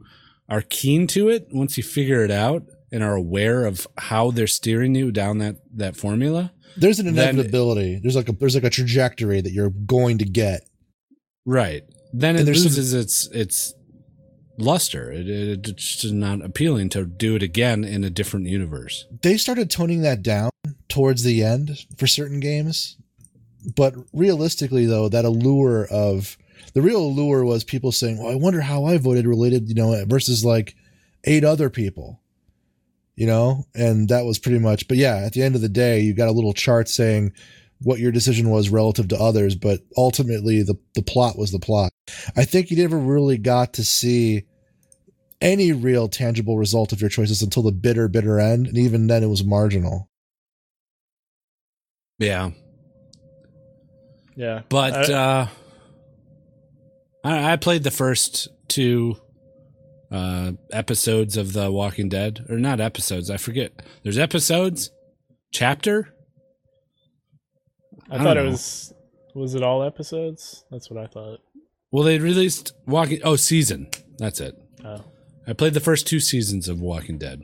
A: are keen to it, once you figure it out and are aware of how they're steering you down that, that formula,
C: There's an
A: Then-
C: inevitability. there's like a there's like a trajectory that you're going to get.
A: right, then it
C: And there's some-
A: loses its, its luster. It, it, it's just not appealing to do it again in a different universe.
C: They started toning that down towards the end for certain games, but realistically though, that allure of the real allure was people saying, "Well, I wonder how I voted related," you know, versus like eight other people. You know, and that was pretty much but yeah, at the end of the day, you got a little chart saying what your decision was relative to others, but ultimately the the plot was the plot. I think you never really got to see any real tangible result of your choices until the bitter bitter end, and even then it was marginal.
A: Yeah.
B: Yeah.
A: But
B: I-
A: uh, I, I played the first two uh, episodes of The Walking Dead, or not episodes. I forget. There's episodes, chapter.
B: I,
A: I
B: thought
A: don't
B: it
A: know.
B: was. Was it all episodes? That's what I thought.
A: Well, they released Walking. Oh, season. That's it.
B: Oh.
A: I played the first two seasons of Walking Dead.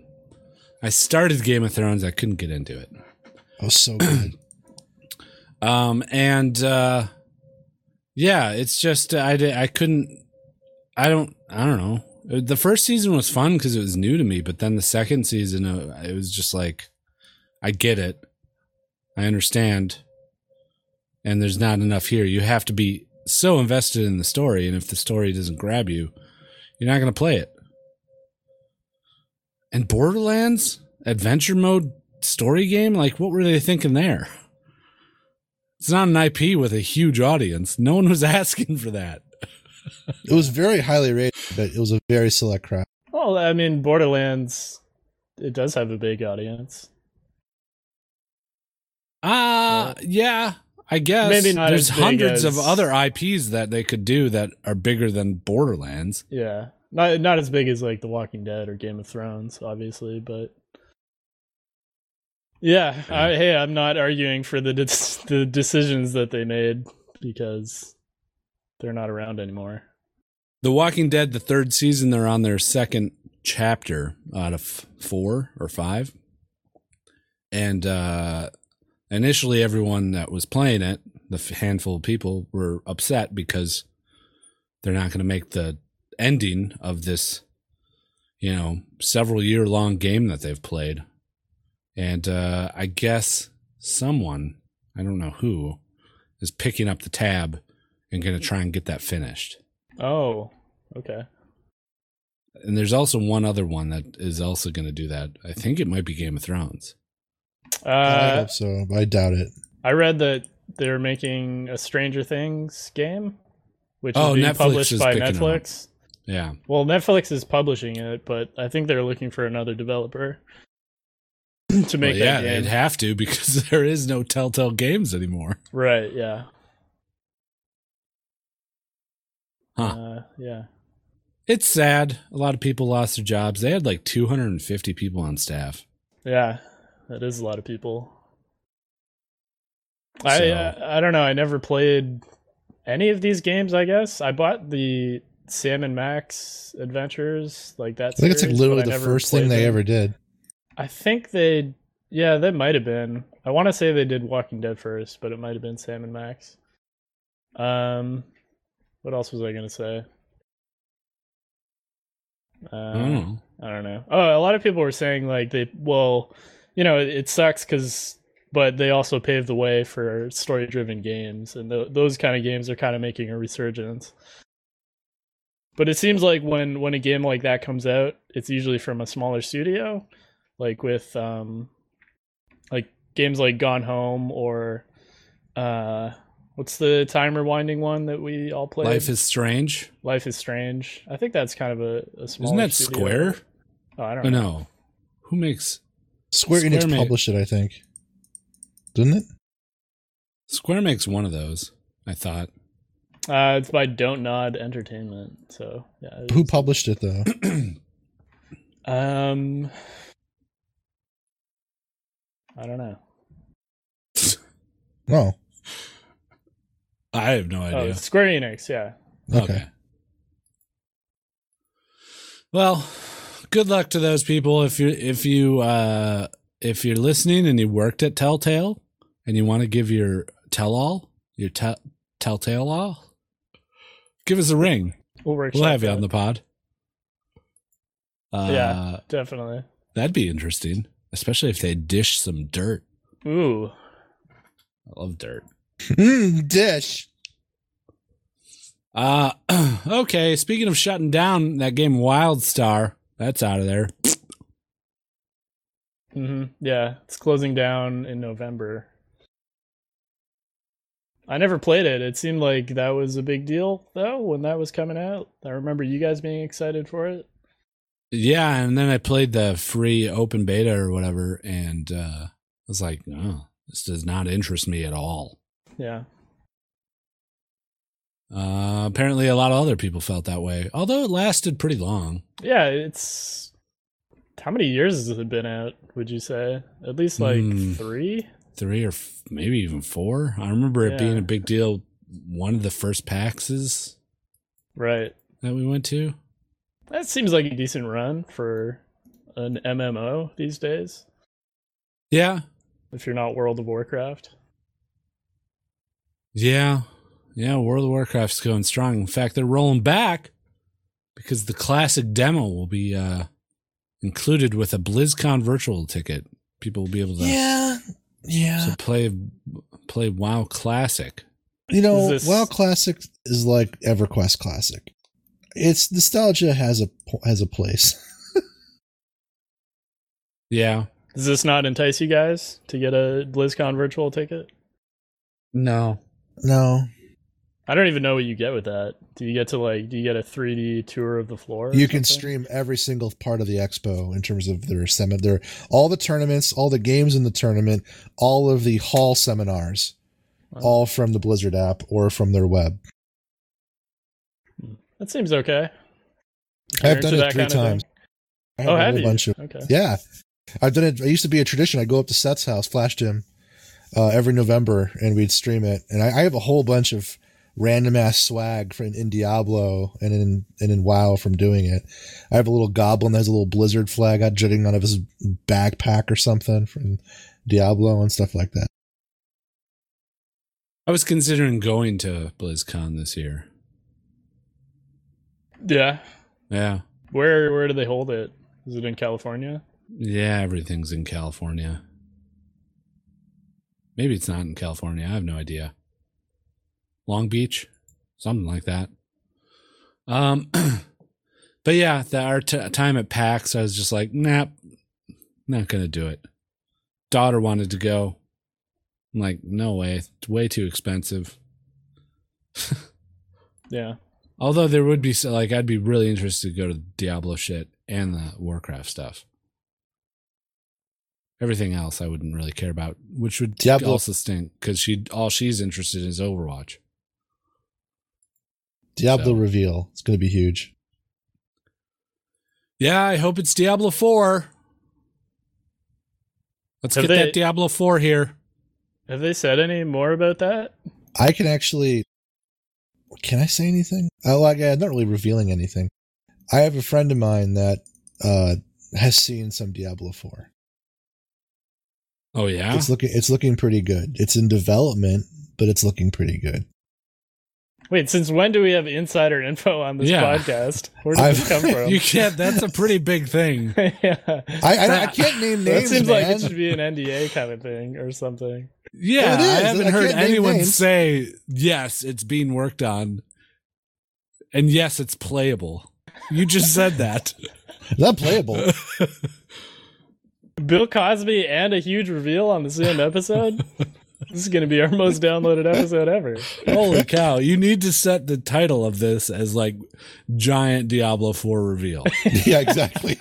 A: I started Game of Thrones. I couldn't get into it.
C: That was so good.
A: Um, and uh, yeah, it's just I di- I couldn't I don't I don't know. The first season was fun because it was new to me, but then the second season uh, it was just like I get it, I understand, and there's not enough here. You have to be so invested in the story, and if the story doesn't grab you, you're not gonna play it. And Borderlands adventure mode story game, like what were they thinking there? It's not an IP with a huge audience. No one was asking for that.
C: It was very highly rated, but it was a very select crowd.
B: Well, I mean, Borderlands. It does have a big audience.
A: Uh, yeah, I guess.
B: Maybe not
A: There's
B: as big
A: hundreds of
B: as-
A: other IPs that they could do that are bigger than Borderlands.
B: Yeah, not not as big as like The Walking Dead or Game of Thrones, obviously, but yeah. I, hey, I'm not arguing for the dis- the decisions that they made because they're not around anymore.
A: The Walking Dead, the third season, they're on their second chapter out of four or five. And uh, initially, everyone that was playing it, the f- handful of people, were upset because they're not going to make the ending of this, you know, several year long game that they've played. And uh, I guess someone, I don't know who, is picking up the tab and going to try and get that finished.
B: Oh, okay.
A: And there's also one other one that is also going to do that. I think it might be Game of Thrones.
C: I
B: Uh,
C: hope so, but I doubt it.
B: I read that they're making a Stranger Things game, which
A: Oh,
B: is being
A: Netflix
B: published
A: is
B: by
A: picking 'em up.
B: Netflix.
A: Yeah.
B: Well, Netflix is publishing it, but I think they're looking for another developer to make
A: Well, yeah,
B: that game.
A: they'd have to because there is no Telltale Games anymore.
B: Right. Yeah.
A: Huh.
B: Uh, yeah.
A: It's sad. A lot of people lost their jobs. They had like 250 people on staff.
B: Yeah. That is a lot of people.
A: So-
B: I uh, I don't know. I never played any of these games. I guess I bought the Sam and Max Adventures like that.
C: I think it's like
B: series,
C: literally
B: but I
C: the
B: never
C: first thing
B: played
C: they
B: them.
C: ever did.
B: I think they. Yeah, that might have been. I want to say they did Walking Dead first, but it might have been Sam and Max. Um, what else was I gonna say?
A: I
B: Um,
A: don't know.
B: I don't know. Oh, a lot of people were saying like they well, you know, it, it sucks because but they also paved the way for story-driven games, and tho- those kind of games are kind of making a resurgence. But it seems like when when a game like that comes out, it's usually from a smaller studio, like with um, like games like Gone Home or uh, what's the time rewinding one that we all played?
A: Life is Strange.
B: Life is Strange. I think that's kind of a, a small.
A: Isn't that Square?
B: Oh, I don't
A: Oh,
B: know.
A: no. Who makes
C: Square,
A: Square
C: Enix
A: made-
C: published it, I think. Didn't it?
A: Square makes one of those? I thought.
B: Uh, it's by Don't Nod Entertainment. So yeah. it
C: Who
B: is.
C: published it though?
B: Um, I don't know.
C: No.
A: I have no
B: Oh,
A: idea.
B: it's Square Enix. Yeah.
C: Okay.
A: Well, good luck to those people if you if you uh if you're listening and you worked at Telltale and you want to give your tell all, your te- Telltale all, give us a ring.
B: We'll work.
A: We'll have you on the pod. Uh,
B: Yeah. Definitely.
A: That'd be interesting, especially if they dish some dirt.
B: Ooh.
A: I love dirt.
C: Mm, dish.
A: Uh okay, speaking of shutting down that game Wildstar, that's out of there.
B: hmm Yeah, it's closing down in November. I never played it. It seemed like that was a big deal though when that was coming out. I remember you guys being excited for it.
A: Yeah, and then I played the free open beta or whatever and uh I was like, "Oh, this does not interest me at all."
B: Yeah.
A: Uh apparently a lot of other people felt that way. Although it lasted pretty long.
B: Yeah, it's how many years has it been out, would you say? At least like
A: Hmm.
B: three?
A: 3 or f- maybe even 4. I remember it
B: Yeah.
A: being a big deal one of the first PAXs
B: Right.
A: that we went to.
B: That seems like a decent run for an MMO these days,
A: Yeah.
B: if you're not World of Warcraft.
A: Yeah. Yeah, World of Warcraft's going strong. In fact, they're rolling back because the classic demo will be uh included with a BlizzCon virtual ticket. People will be able to,
C: Yeah. Yeah.
A: to play play WoW Classic.
C: You know,
B: Is this-
C: WoW Classic is like EverQuest Classic. It's nostalgia has a po- has a place.
A: Yeah.
B: Does this not entice you guys to get a BlizzCon virtual ticket?
A: No.
C: No,
B: I don't even know what you get with that. Do you get to like? Do you get a 3D tour of the floor? or
C: You can
B: something?
C: stream every single part of the expo in terms of their seminar, their all the tournaments, all the games in the tournament, all of the hall seminars,
B: Wow.
C: all from the Blizzard app or from their web.
B: That seems okay.
C: I've
B: You're
C: done
B: into
C: it
B: that
C: three
B: kind of thing?
C: times. I
B: Oh,
C: a
B: have
C: whole
B: you?
C: bunch of-
B: okay.
C: yeah, I've done it. It used to be a tradition. I'd go up to Seth's house, Flash Jim, uh, every November, and we'd stream it. And I, I have a whole bunch of random ass swag from in Diablo and in and in WoW from doing it. I have a little goblin that has a little Blizzard flag out jutting out of his backpack or something from Diablo and stuff like that.
A: I was considering going to BlizzCon this year.
B: Yeah.
A: Yeah.
B: Where Where do they hold it? Is it in California?
A: Yeah, everything's in California. Maybe it's not in California. I have no idea. Long Beach, something like that. Um, but yeah, the, our t- time at PAX, I was just like, nah, not gonna do it. Daughter wanted to go. I'm like, no way, it's way too expensive.
B: Yeah.
A: Although there would be so- like, I'd be really interested to go to the Diablo shit and the Warcraft stuff. Everything else, I wouldn't really care about, which would
C: Diablo-
A: also stink because she all she's interested in is Overwatch.
C: Diablo
A: So-
C: reveal. It's going to be huge.
A: Yeah, I hope it's Diablo Four. Let's
B: Have
A: get
B: they-
A: that Diablo Four here.
B: Have they said any more about that?
C: I can actually. Can I say anything? Oh, like I'm not really revealing anything. I have a friend of mine that uh, has seen some Diablo Four.
A: Oh yeah,
C: It's looking it's looking pretty good. It's in development, but it's looking pretty good.
B: Wait, since when do we have insider info on this
A: Yeah.
B: podcast? Where did this
C: I've-
B: come from?
A: you can't. That's a pretty big thing.
B: yeah.
C: I I, don't- I can't name
B: that
C: names,
B: seems
C: man.
B: like it should be an NDA kind of thing or something.
A: Yeah,
C: It is.
A: I haven't
C: I
A: heard
C: can't name
A: anyone
C: names.
A: say yes, it's being worked on, and yes, it's playable. You just said that.
C: It's not playable.
B: Bill Cosby and a huge reveal on the same episode. this is going to be our most downloaded episode ever.
A: Holy cow! You need to set the title of this as like giant Diablo Four reveal.
C: yeah, exactly.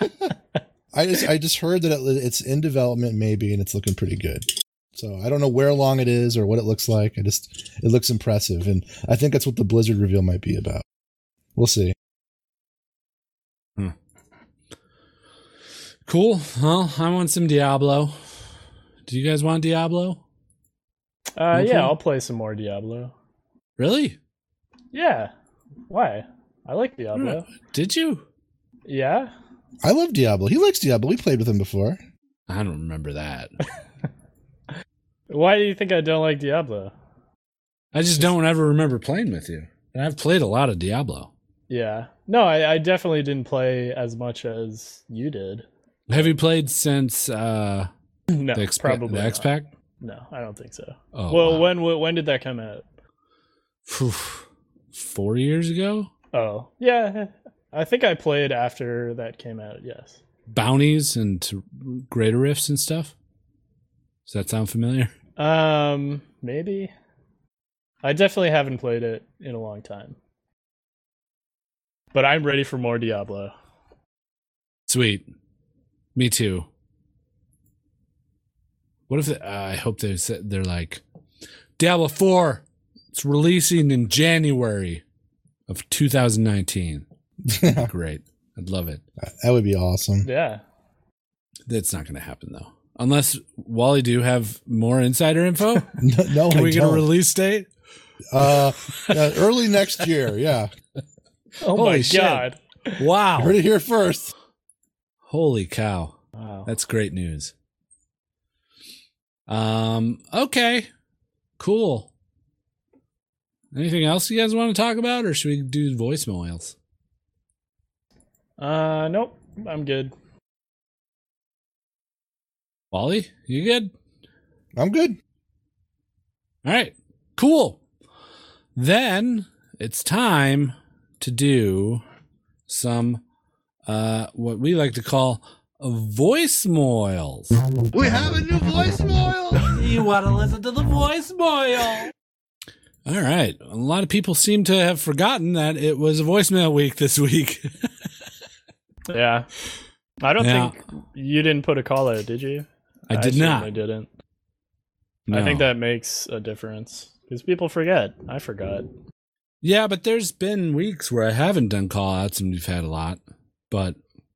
C: I just I just heard that it, it's in development maybe, and it's looking pretty good. So I don't know where long it is or what it looks like. I just it looks impressive, and I think that's what the Blizzard reveal might be about. We'll see.
A: cool. Well, I want some Diablo. Do you guys want Diablo?
B: Uh,
A: Okay.
B: Yeah, I'll play some more Diablo.
A: Really?
B: Yeah. Why? I like Diablo.
A: Hmm. Did you?
B: Yeah.
C: I love Diablo. He likes Diablo. We played with him before.
A: I don't remember that.
B: Why do you think I don't like Diablo?
A: I just don't ever remember playing with you. And I've played a lot of Diablo.
B: Yeah. No, I, I definitely didn't play as much as you did.
A: Have you played since uh,
B: No,
A: the, exp-
B: probably
A: the
B: not.
A: X Pack?
B: No, I don't think so.
A: Oh,
B: well,
A: wow.
B: when when when did that come out?
A: Phew. four years ago?
B: Oh, yeah. I think I played after that came out. Yes.
A: Bounties and to greater rifts and stuff? Does that sound familiar?
B: Um, maybe. I definitely haven't played it in a long time. But I'm ready for more Diablo.
A: Sweet. Me too. What if uh, I hope they said they're like Diablo 4 it's releasing in January of 2019.
C: that
A: Great. I'd love it.
C: would be awesome.
B: Yeah.
A: That's not going to happen though. Unless Wally do you have more insider info?
C: No, no
A: Can
C: I
A: we get a
C: don't.
A: release date?
C: uh, yeah, early next year. Yeah,
B: Oh
A: Holy
B: my
A: shit.
B: god.
A: Wow.
C: heard it here first.
A: Holy cow.
B: Wow.
A: That's great news. Um, okay. Cool. Anything else you guys want to talk about or should we do voicemails?
B: Uh nope. I'm good.
A: Wally, you good?
C: I'm good.
A: All right. Cool. Then it's time to do some uh what we like to call voicemails.
E: You want to listen to the voicemail?
A: All right. A lot of people seem to have forgotten that it was a voicemail week this week.
B: Yeah. I don't
A: Yeah.
B: think you didn't put a call out, did you?
A: I did
B: I
A: not.
B: didn't. I think
A: No.
B: that makes a difference because people forget. I forgot.
A: Yeah, but there's been weeks where I haven't done call outs and we've had a lot. But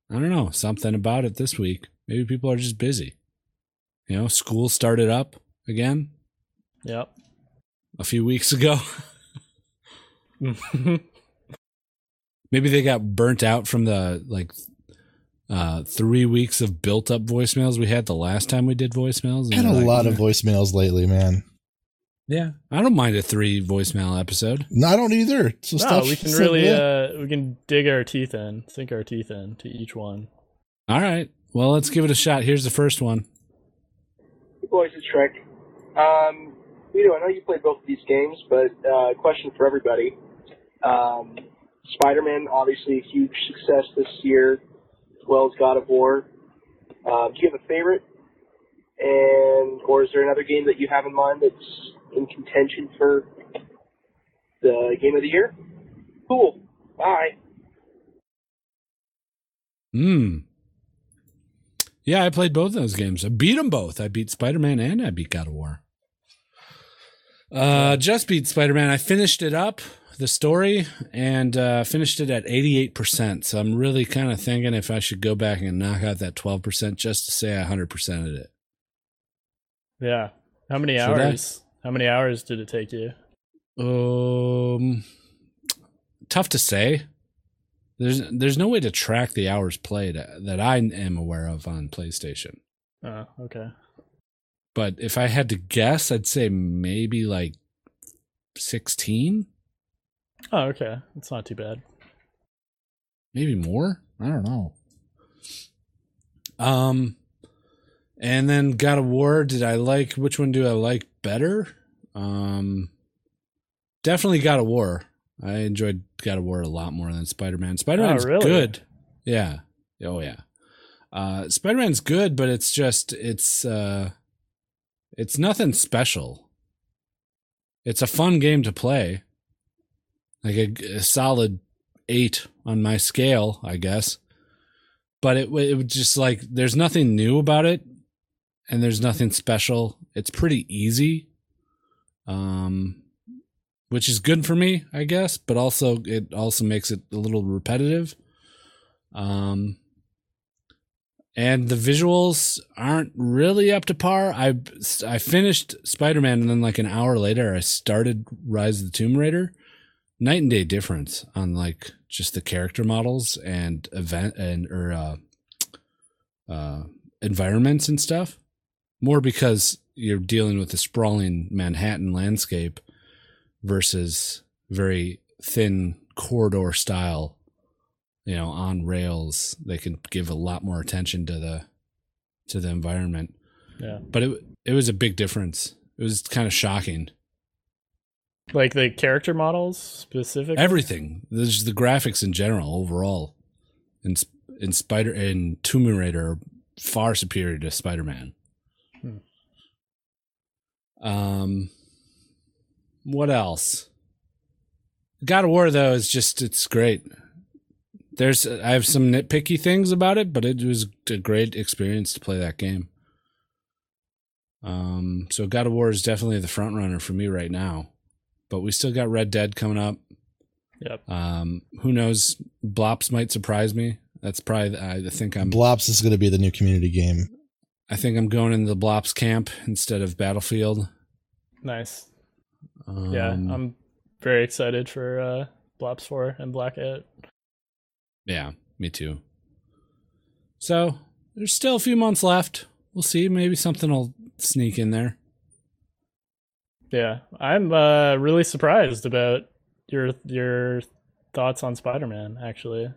A: I don't know, something about it this week. Maybe people are just busy. You know, school started up again
B: Yep.
A: a few weeks ago. Maybe they got burnt out from the like uh three weeks of built up voicemails we had the last time we did voicemails. and
C: Had a
A: they're like,
C: lot of
A: "Nah."
C: voicemails lately, man.
A: Yeah. I don't mind a three voicemail episode.
C: No, I don't either. So
B: no,
C: stop.
B: we can
C: so-
B: really
C: yeah.
B: uh, we can dig our teeth in, sink our teeth in to each one.
A: All right. Well, let's give it a shot. Here's the first one.
F: Hey boys, it's Shrek. Um, you know, I know you played both of these games, but uh, question for everybody. Um, Spider-Man, obviously a huge success this year, as well as God of War. Uh, do you have a favorite? And, or is there another game that you have in mind that's in contention for the game of the year? Cool. Bye.
A: Hmm. Yeah, I played both those games. I beat them both. I beat Spider Man and I beat God of War. Uh, just beat Spider Man. I finished it up, the story, and uh, finished it at 88%. So I'm really kind of thinking if I should go back and knock out that 12% just to say I 100%ed it.
B: Yeah. How many
A: Should I?
B: hours? How many hours did it take you?
A: Um, tough to say. There's there's no way to track the hours played uh, that I am aware of on PlayStation.
B: Oh, okay.
A: But if I had to guess, I'd say maybe like sixteen,
B: Oh, okay. It's not too bad.
A: maybe more. I don't know. Um, and then God of War. Did I like which one? Do I like better? Um, definitely God of War. I enjoyed God of War a lot more than Spider Man. Spider Man's
B: really?
A: good. Yeah. Oh yeah. Uh, Spider Man's good, but it's just it's uh, it's nothing special. It's a fun game to play. Like a, a solid eight on my scale, I guess. But it w- it was just like there's nothing new about it, and there's nothing special. It's pretty easy. Um, which is good for me, I guess, but also it also makes it a little repetitive. Um, and the visuals aren't really up to par. I I finished Spider Man, and then like an hour later, I started Rise of the Tomb Raider. Night and day difference on like just the character models and event and or uh, uh, environments and stuff. More because you're dealing with a sprawling Manhattan landscape versus very thin corridor style you know on rails they can give a lot more attention to the to the environment
B: Yeah.
A: but it it was a big difference it was kind of shocking
B: Like the character models specific.
A: everything there's just the graphics in general overall in Sp- in spider in tomb raider are far superior to spider-man
B: Hmm.
A: um what else god of war though is just it's great there's i have some nitpicky things about it but it was a great experience to play that game um so god of war is definitely the front runner for me right now but we still got red dead coming up
B: Yep.
A: um, who knows? Blops might surprise me. That's probably I think I'm
C: Blops is going to be the new community game.
A: I think I'm going into the Blops camp instead of Battlefield.
B: Nice.
A: Um,
B: Yeah, I'm very excited for uh, Blops 4 and Blackout.
A: yeah, me too. So there's still a few months left. We'll see. Maybe something will sneak in there.
B: Yeah, I'm uh, really surprised about your your thoughts on Spider-Man. Actually,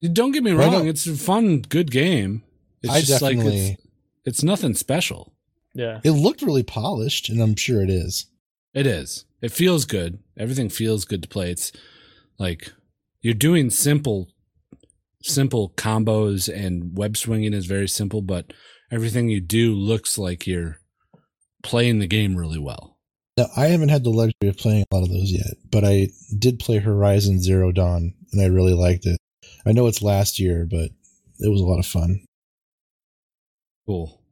A: Don't get me
C: Why
A: wrong;
C: not?
A: it's a fun, good game. It's
C: I
A: just like it's,
C: definitely-
A: it's nothing special.
B: yeah,
C: It looked really polished, and I'm sure it is.
A: It is. It feels good. Everything feels good to play. It's like you're doing simple, simple combos, and web swinging is very simple, but everything you do looks like you're playing the game really well.
C: Now, I haven't had the luxury of playing a lot of those yet, but I did play Horizon Zero Dawn, and I really liked it. I know it's last year, but it was a lot of fun.
A: Cool.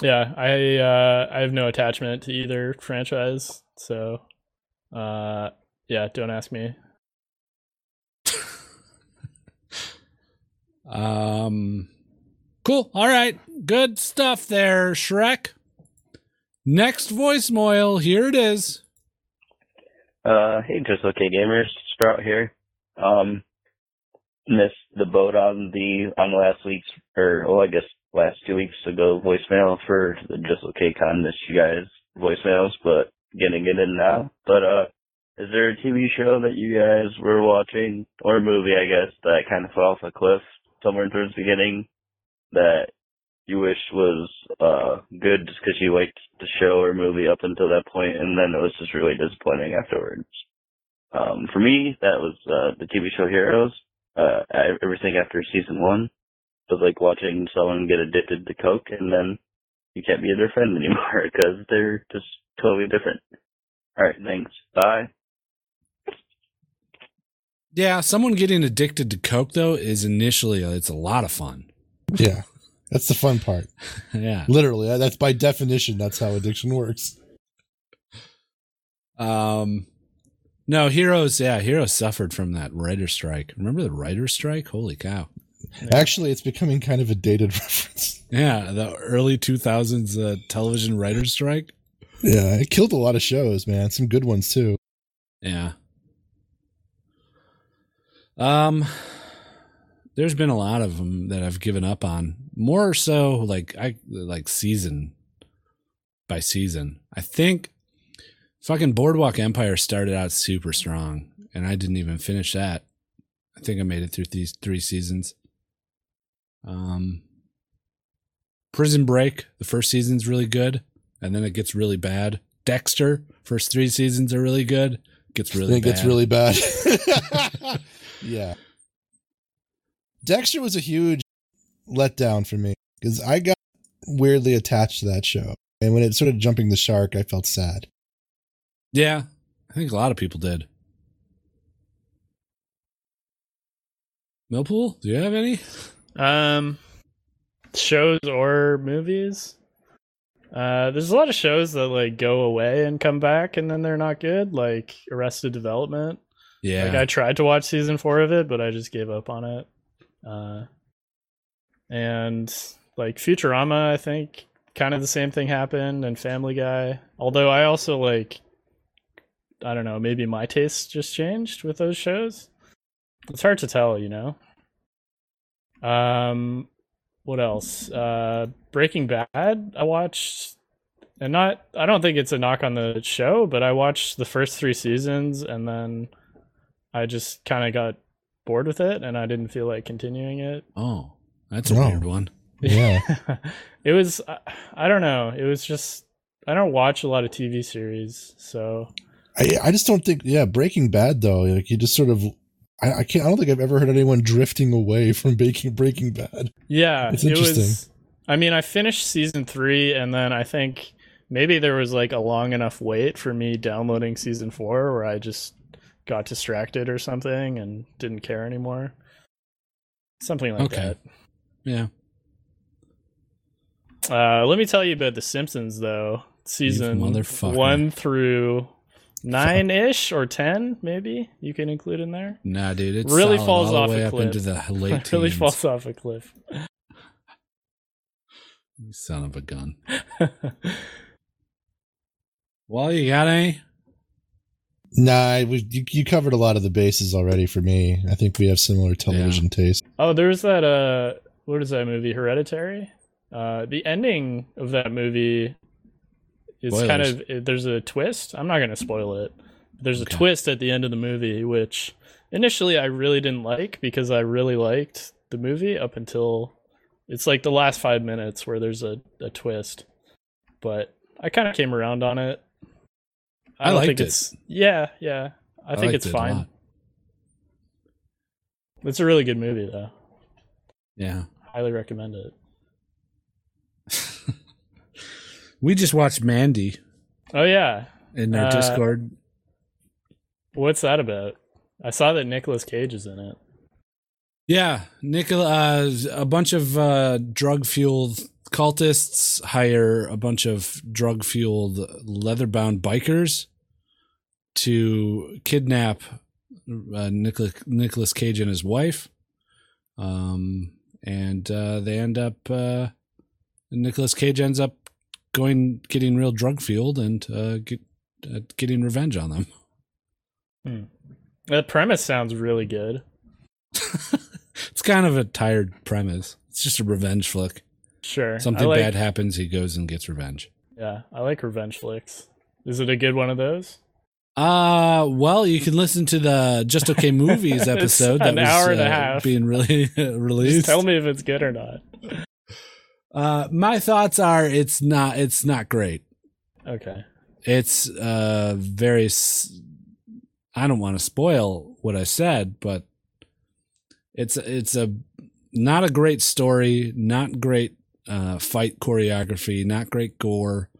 B: Yeah, I uh, I have no attachment to either franchise, so uh, yeah, don't ask me.
A: Um, cool. All right. Good stuff there, Shrek. Next voicemail. Here it is.
G: Uh, hey, just okay gamers, Sprout here. Um, missed the boat on the on last week's or well, I guess last two weeks ago voicemail for the just okay con. Missed you guys voicemails, but gonna get in now. But uh, is there a TV show that you guys were watching or a movie, I guess, that kind of fell off a cliff somewhere towards the beginning that you wish was uh good just because you liked the show or movie up until that point, and then it was just really disappointing afterwards. Um, for me, that was uh, the TV show Heroes. Uh, I- everything after season one was like watching someone get addicted to coke, and then you can't be their friend anymore because they're just totally different. All right, thanks. Bye.
A: Yeah, someone getting addicted to coke though is initially uh, it's a lot of fun.
C: Yeah, that's the fun part.
A: yeah.
C: Literally, that- that's by definition. That's how addiction works.
A: Um, no heroes. Yeah, heroes suffered from that writer strike. Remember the writer strike? Holy cow!
C: Actually, it's becoming kind of a dated reference.
A: Yeah, the early two thousands uh, television writer strike.
C: Yeah, it killed a lot of shows, man. Some good ones too.
A: Yeah. Um there's been a lot of them that I've given up on. More so like I like season by season. I think fucking Boardwalk Empire started out super strong and I didn't even finish that. I think I made it through these 3 seasons. Um Prison Break, the first season's really good and then it gets really bad. Dexter, first 3 seasons are really good. Gets really
C: and it gets
A: bad.
C: really bad. yeah. Dexter was a huge letdown for me because I got weirdly attached to that show. And when it started jumping the shark, I felt sad.
A: Yeah, I think a lot of people did. Millpool, do you have any?
B: Um, shows or movies. Uh, there's a lot of shows that like go away and come back, and then they're not good. Like Arrested Development.
A: Yeah,
B: Like I tried to watch season four of it, but I just gave up on it. Uh, and like Futurama, I think kind of the same thing happened, and Family Guy. Although I also like, I don't know, maybe my tastes just changed with those shows. It's hard to tell, you know. Um, what else? Uh, Breaking Bad. I watched and not I don't think it's a knock on the show, but I watched the first three seasons and then I just kind of got bored with it and I didn't feel like continuing it.
A: oh, that's a
C: No.
A: weird one.
C: Yeah.
B: it was I, I don't know. It was just I don't watch a lot of TV series, so
C: I, I just don't think, yeah, Breaking Bad, though, like you just sort of, I, I can't, I don't think I've ever heard anyone drifting away from Breaking, Breaking Bad.
B: Yeah,
C: That's
B: it was.
C: interesting.
B: I mean, I finished season three, and then I think maybe there was like a long enough wait for me downloading season four, where I just got distracted or something and didn't care anymore. Something like
A: Okay. Yeah,
B: that. Uh, let me tell you about The Simpsons, though. Season
A: motherfucker.
B: one through nine ish or ten, maybe you can include in there.
A: nah, dude, it's
B: Really
A: solid
B: falls
A: all the
B: off
A: way
B: a
A: up
B: cliff.
A: into the late
B: It really
A: teens.
B: falls off a cliff.
A: You Son of a gun. Well, you got any?
C: Nah, we, you, you covered a lot of the bases already for me. I think we have similar television taste.
B: Oh, there was that uh what is that movie? Hereditary? Uh the ending of that movie is kind
A: Spoilers.
B: of it- there's a twist. I'm not going to spoil it. There's
A: Okay.
B: a twist at the end of the movie which initially I really didn't like because I really liked the movie up until it's like the last 5 minutes where there's a a twist. But I kind of came around on it.
A: I
B: don't
A: liked
B: think
A: it.
B: it's yeah, yeah. I, think
A: liked
B: it's
A: it a
B: fine.
A: lot.
B: It's a really good movie though.
A: Yeah,
B: Highly recommend it.
A: we just watched Mandy.
B: Oh yeah.
A: in their
B: Uh,
A: Discord.
B: What's that about? I saw that Nicolas Cage is in it.
A: Yeah, Nicola, uh, a bunch of uh, drug fueled cultists hire a bunch of drug fueled leather bound bikers to kidnap uh, Nicola, Nicolas Cage and his wife. Um, and uh, they end up, uh, Nicolas Cage ends up going, getting real drug fueled and uh, get, uh, getting revenge on them.
B: The premise sounds really good.
A: it's kind of a tired premise. It's just a revenge flick.
B: Sure. I
A: Something
B: like-
A: bad happens, he goes and gets revenge.
B: Yeah, I like revenge flicks. Is it a good one of those?
A: Uh well, you can listen to the Just Okay Movies
B: It's
A: episode that
B: an
A: was
B: hour and a
A: uh,
B: half.
A: being really
B: Just
A: released.
B: tell me if it's good or not.
A: Uh my thoughts are it's not it's not great.
B: Okay.
A: It's uh very s- I don't want to spoil what I said, but it's it's a not a great story, not great uh, fight choreography, not great gore,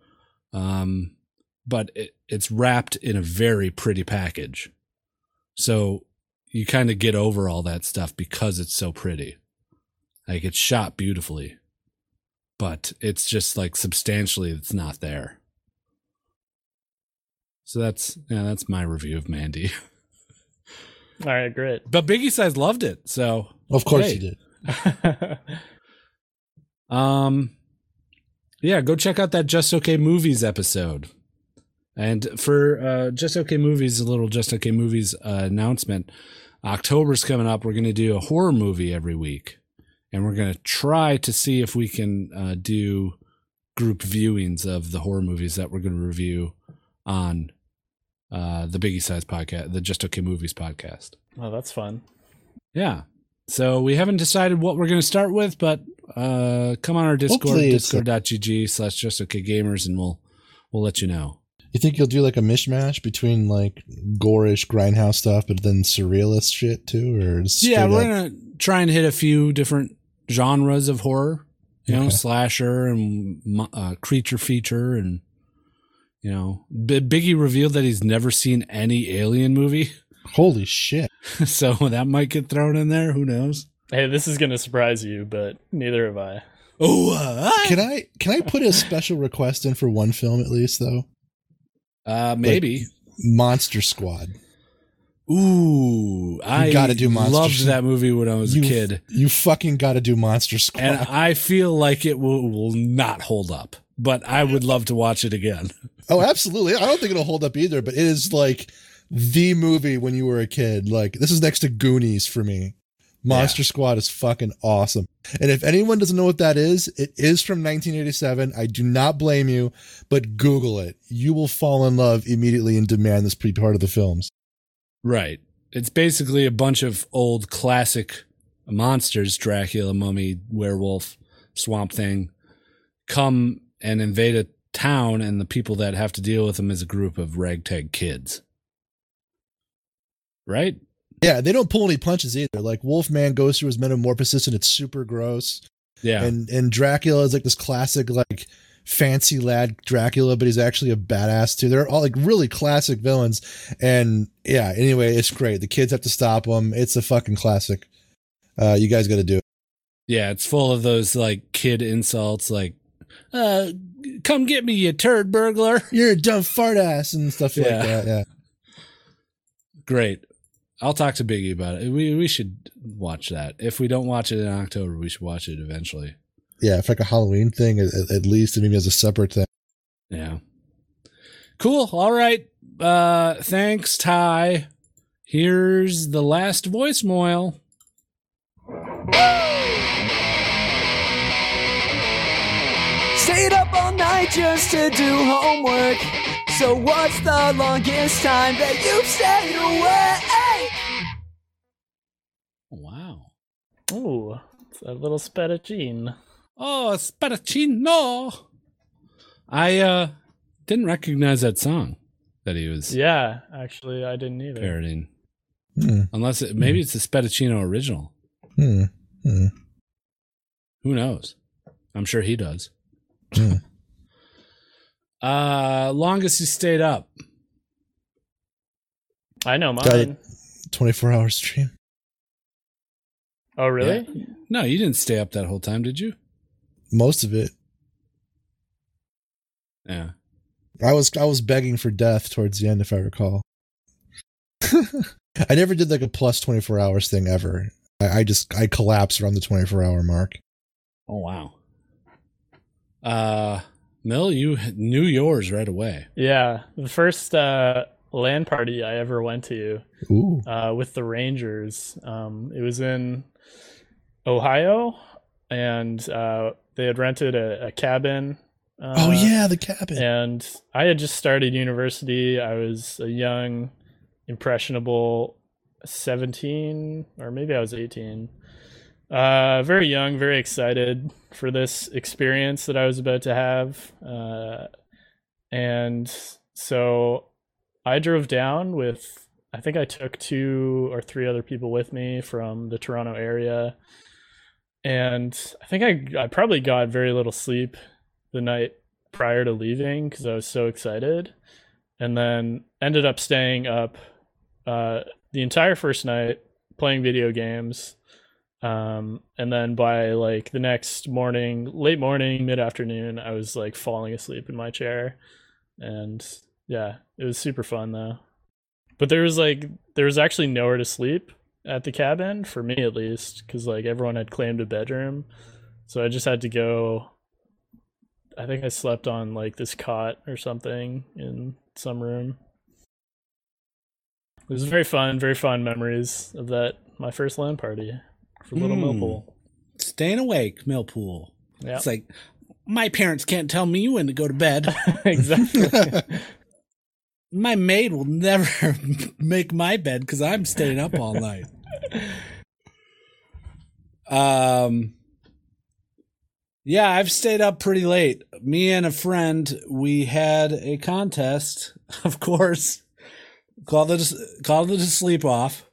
A: um, but it, it's wrapped in a very pretty package. So you kind of get over all that stuff because it's so pretty. Like it's shot beautifully, but it's just like substantially it's not there. So that's yeah, that's my review of Mandy.
B: All right, great.
A: But Biggie Size loved it, so
C: Of course
A: Hey.
C: you did.
A: Um, yeah, go check out that Just Okay Movies episode. And for uh, Just Okay Movies, a little Just Okay Movies uh, announcement. October's coming up. We're going to do a horror movie every week, and we're going to try to see if we can uh, do group viewings of the horror movies that we're going to review on uh, the Biggie Size podcast, the Just Okay Movies podcast.
B: oh, that's fun.
A: Yeah. So we haven't decided what we're going to start with, but uh, come on our Discord,
C: Hopefully it's-
A: discord.gg slash just okay gamers, and we'll we'll let you know.
C: You think you'll do like a mishmash between like gorish grindhouse stuff, but then surrealist shit too, or just
A: yeah,
C: straight
A: we're gonna
C: up-
A: try and hit a few different genres of horror. You know,
C: Okay.
A: slasher and mo- uh, creature feature, and you know, B- Biggie revealed that he's never seen any Alien movie,
C: holy shit!
A: so that might get thrown in there. Who knows?
B: Hey, this is going to surprise you, but neither have I.
A: Oh, uh,
C: Can I can I put a special request in for one film at least though?
A: uh, maybe.
C: Monster Squad.
A: Ooh, I
C: gotta do Monster
A: loved
C: Squad.
A: that movie when I was
C: you,
A: a kid,
C: You fucking got to do Monster Squad.
A: and I feel like it will, will not hold up. But I would love to watch it again.
C: oh, absolutely. I don't think it'll hold up either, but it is like the movie when you were a kid. Like this is next to Goonies for me. Monster Squad is fucking awesome. And if anyone doesn't know what that is, it is from 1987. I do not blame you, but Google it. You will fall in love immediately and demand this be part of the films.
A: Right. It's basically a bunch of old classic monsters Dracula, mummy, werewolf, swamp thing come and invade a town, and the people that have to deal with them is a group of ragtag kids. Right?
C: Yeah, they don't pull any punches either. Like Wolfman goes through his metamorphosis and it's super gross.
A: Yeah.
C: and and Dracula is like this classic like fancy lad Dracula, but he's actually a badass too. They're all like really classic villains, and yeah. Anyway, it's great. The kids have to stop them. It's a fucking classic. Uh, you guys got to do it.
A: Yeah, it's full of those like kid insults, like uh, "Come get me, you turd burglar."
C: You're a dumb fart ass and stuff
A: Yeah.
C: like that. Yeah,
A: Great. I'll talk to Biggie about it. We we should watch that. If we don't watch it in October, we should watch it eventually.
C: yeah. If like a Halloween thing, at, at- at least, and maybe as a separate thing.
A: Yeah. Cool. All right. Uh, thanks, Ty. Here's the last voicemail.
H: Stayed up all night just to do homework. So what's the longest time that you've stayed awake?
A: Wow.
B: Ooh, it's a little spettuccine.
A: Oh, Spadaccino. I uh didn't recognize that song that he was
B: Yeah, actually, I didn't either.
A: parodying.
C: Hmm.
A: Unless it, maybe it's the Spettuccino original.
C: Hmm. Hmm.
A: Who knows? I'm sure he does.
C: Hmm.
A: Uh, longest you stayed up.
B: I know mine.
C: Got it. 24 hour stream.
B: Oh, really?
A: No, you didn't stay up that whole time, did you?
C: Most of it.
A: Yeah.
C: I was I was begging for death towards the end, if I recall. I never did like a plus 24 hours thing ever. I, I just I collapsed around the 24 hour mark.
A: Oh wow. Uh, Mill, you knew yours right away.
B: Yeah. The first uh, land party I ever went to
C: Ooh.
B: uh, with the Rangers. Um, it was in Ohio, and uh, they had rented a, a cabin. Uh,
C: oh yeah, the cabin.
B: And I had just started university. I was a young, impressionable 17, or maybe I was 18. Uh, very young, very excited for this experience that I was about to have. Uh, and so I drove down with, I think I took two or three other people with me from the Toronto area. And I think I, I probably got very little sleep the night prior to leaving because I was so excited, and then ended up staying up uh, the entire first night playing video games. Um, and then by like the next morning, late morning, mid afternoon, I was like falling asleep in my chair, and yeah, it was super fun though. But there was like there was actually nowhere to sleep at the cabin for me at least because like everyone had claimed a bedroom, so I just had to go I think I slept on like this cot or something in some room. It was very fun, very fond memories of that my first land party for Little
A: Hmm.
B: Millpool.
A: Staying awake, Millpool.
B: Yeah,
A: It's like my parents can't tell me when to go to bed.
B: exactly.
A: my maid will never make my bed because I'm staying up all night. um, yeah, I've stayed up pretty late. Me and a friend, we had a contest, of course, called it a, called it a sleep off,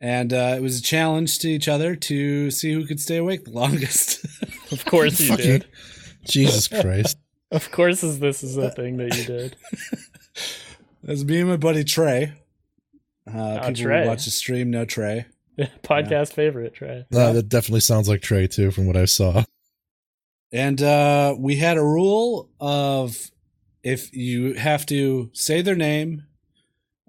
A: and uh, it was a challenge to each other to see who could stay awake the longest.
B: Of course you
C: Fucking-
B: did.
C: Jesus Christ.
B: Of course, is this is the thing that you did.
A: That's me and my buddy Trey. Uh,
B: Oh,
A: people
B: Trey.
A: who watch the stream know Trey.
B: Podcast favorite, try.
C: No, that definitely sounds like Trey too, from what I saw.
A: And uh, we had a rule of if you have to say their name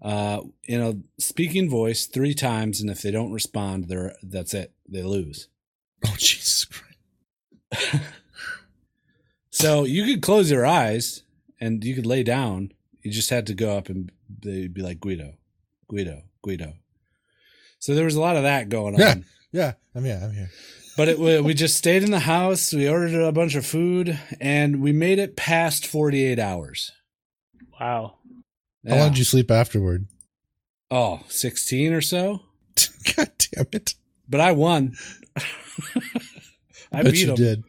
A: uh, in a speaking voice three times, and if they don't respond, they're that's it. They lose.
C: Oh Jesus Christ.
A: So you could close your eyes and you could lay down. You just had to go up and they'd be like Guido, Guido, Guido. So there was a lot of that going on.
C: Yeah. Yeah, I'm here. I'm here.
A: But it, we we just stayed in the house. We ordered a bunch of food, and we made it past forty-eight hours.
B: Wow.
C: How long
A: Yeah.
C: did you sleep afterward?
A: Oh, 16 or so.
C: God damn it.
A: But I won. I
C: bet
A: beat
C: you
A: him.
C: did.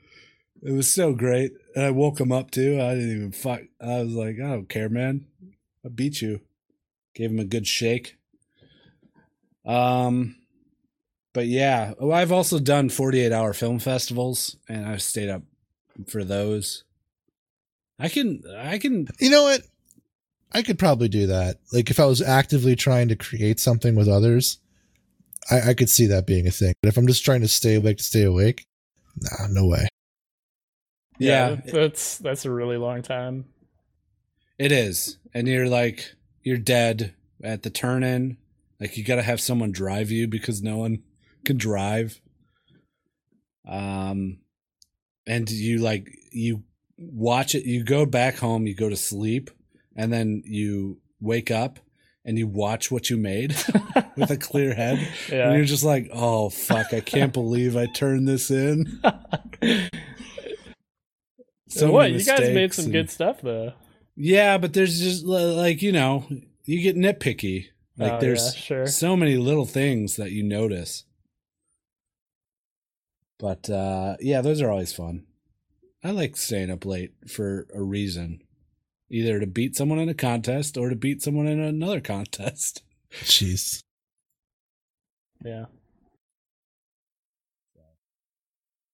A: It was so great. And I woke him up too. I didn't even fuck. I was like, I don't care, man. I beat you. Gave him a good shake. Um, but yeah, oh, I've also done 48 hour film festivals and I've stayed up for those. I can, I can,
C: You know what? I could probably do that. Like if I was actively trying to create something with others, I, I could see that being a thing. But if I'm just trying to stay awake to stay awake, nah, no way.
A: yeah,
B: that- that's that's a really long time.
A: It is. And you're like, you're dead at the turn in. Like, you got to have someone drive you because no one can drive. Um, and you like, you watch it, you go back home, you go to sleep, and then you wake up and you watch what you made with a clear head. And
B: Yeah.
A: you're just like, oh, fuck, I can't believe I turned this in. So
B: what
A: many
B: you guys made
A: mistakes
B: some
A: and-
B: good stuff though.
A: yeah, but there's just li- like you know, you get nitpicky. Like
B: Oh,
A: there's
B: yeah, sure.
A: so many little things that you notice. But uh yeah, those are always fun. I like staying up late for a reason. Either to beat someone in a contest or to beat someone in another contest.
C: Jeez.
B: Yeah.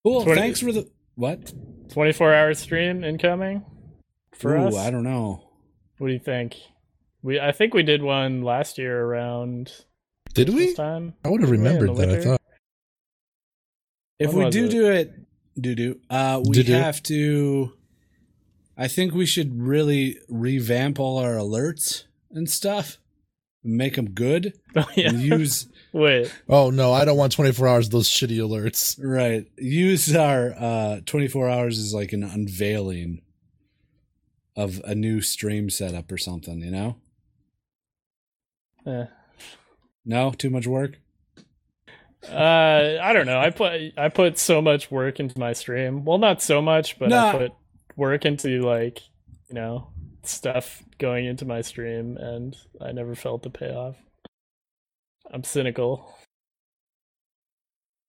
A: Cool.
B: Twenty-
A: Thanks for the what?
B: 24 hour stream incoming. for
A: Ooh,
B: us?
A: I don't know.
B: What do you think? We I think we did one last year around
C: Did
B: this
C: we?
B: time.
C: I would have
B: Did we in the
C: remembered that. I
B: winter?
C: thought.
A: If
B: When
A: we
B: was
A: do
B: it?
A: do it, do do, uh, we
C: Do-do.
A: have to. I think we should really revamp all our alerts and stuff, make them good,
B: Oh, yeah.
A: and use
B: Wait.
C: Oh no, I don't want 24 hours of those shitty alerts.
A: right, use our uh, twenty four hours as like an unveiling of a new stream setup or something. You know,
B: Eh.
A: no, too much work.
B: Uh, I don't know. I put I put so much work into my stream. Well, not so much, but
A: Nah.
B: I put work into like you know stuff going into my stream, and I never felt the payoff. I'm cynical,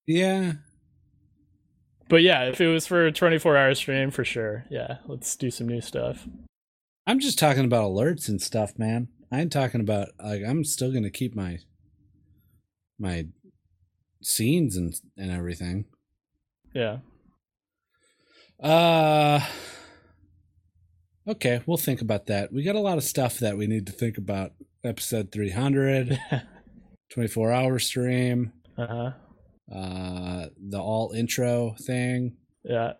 A: Yeah,
B: but yeah, if it was for a 24 hour stream, for sure. Yeah, let's do some new stuff.
A: I'm just talking about alerts and stuff, man. I ain't talking about like I'm still gonna keep my my scenes and and everything.
B: Yeah,
A: Uh okay, we'll think about that. We got a lot of stuff that we need to think about. Episode 300,
B: uh
A: 24 hour stream,
B: huh.
A: uh the all intro thing.
B: Yeah,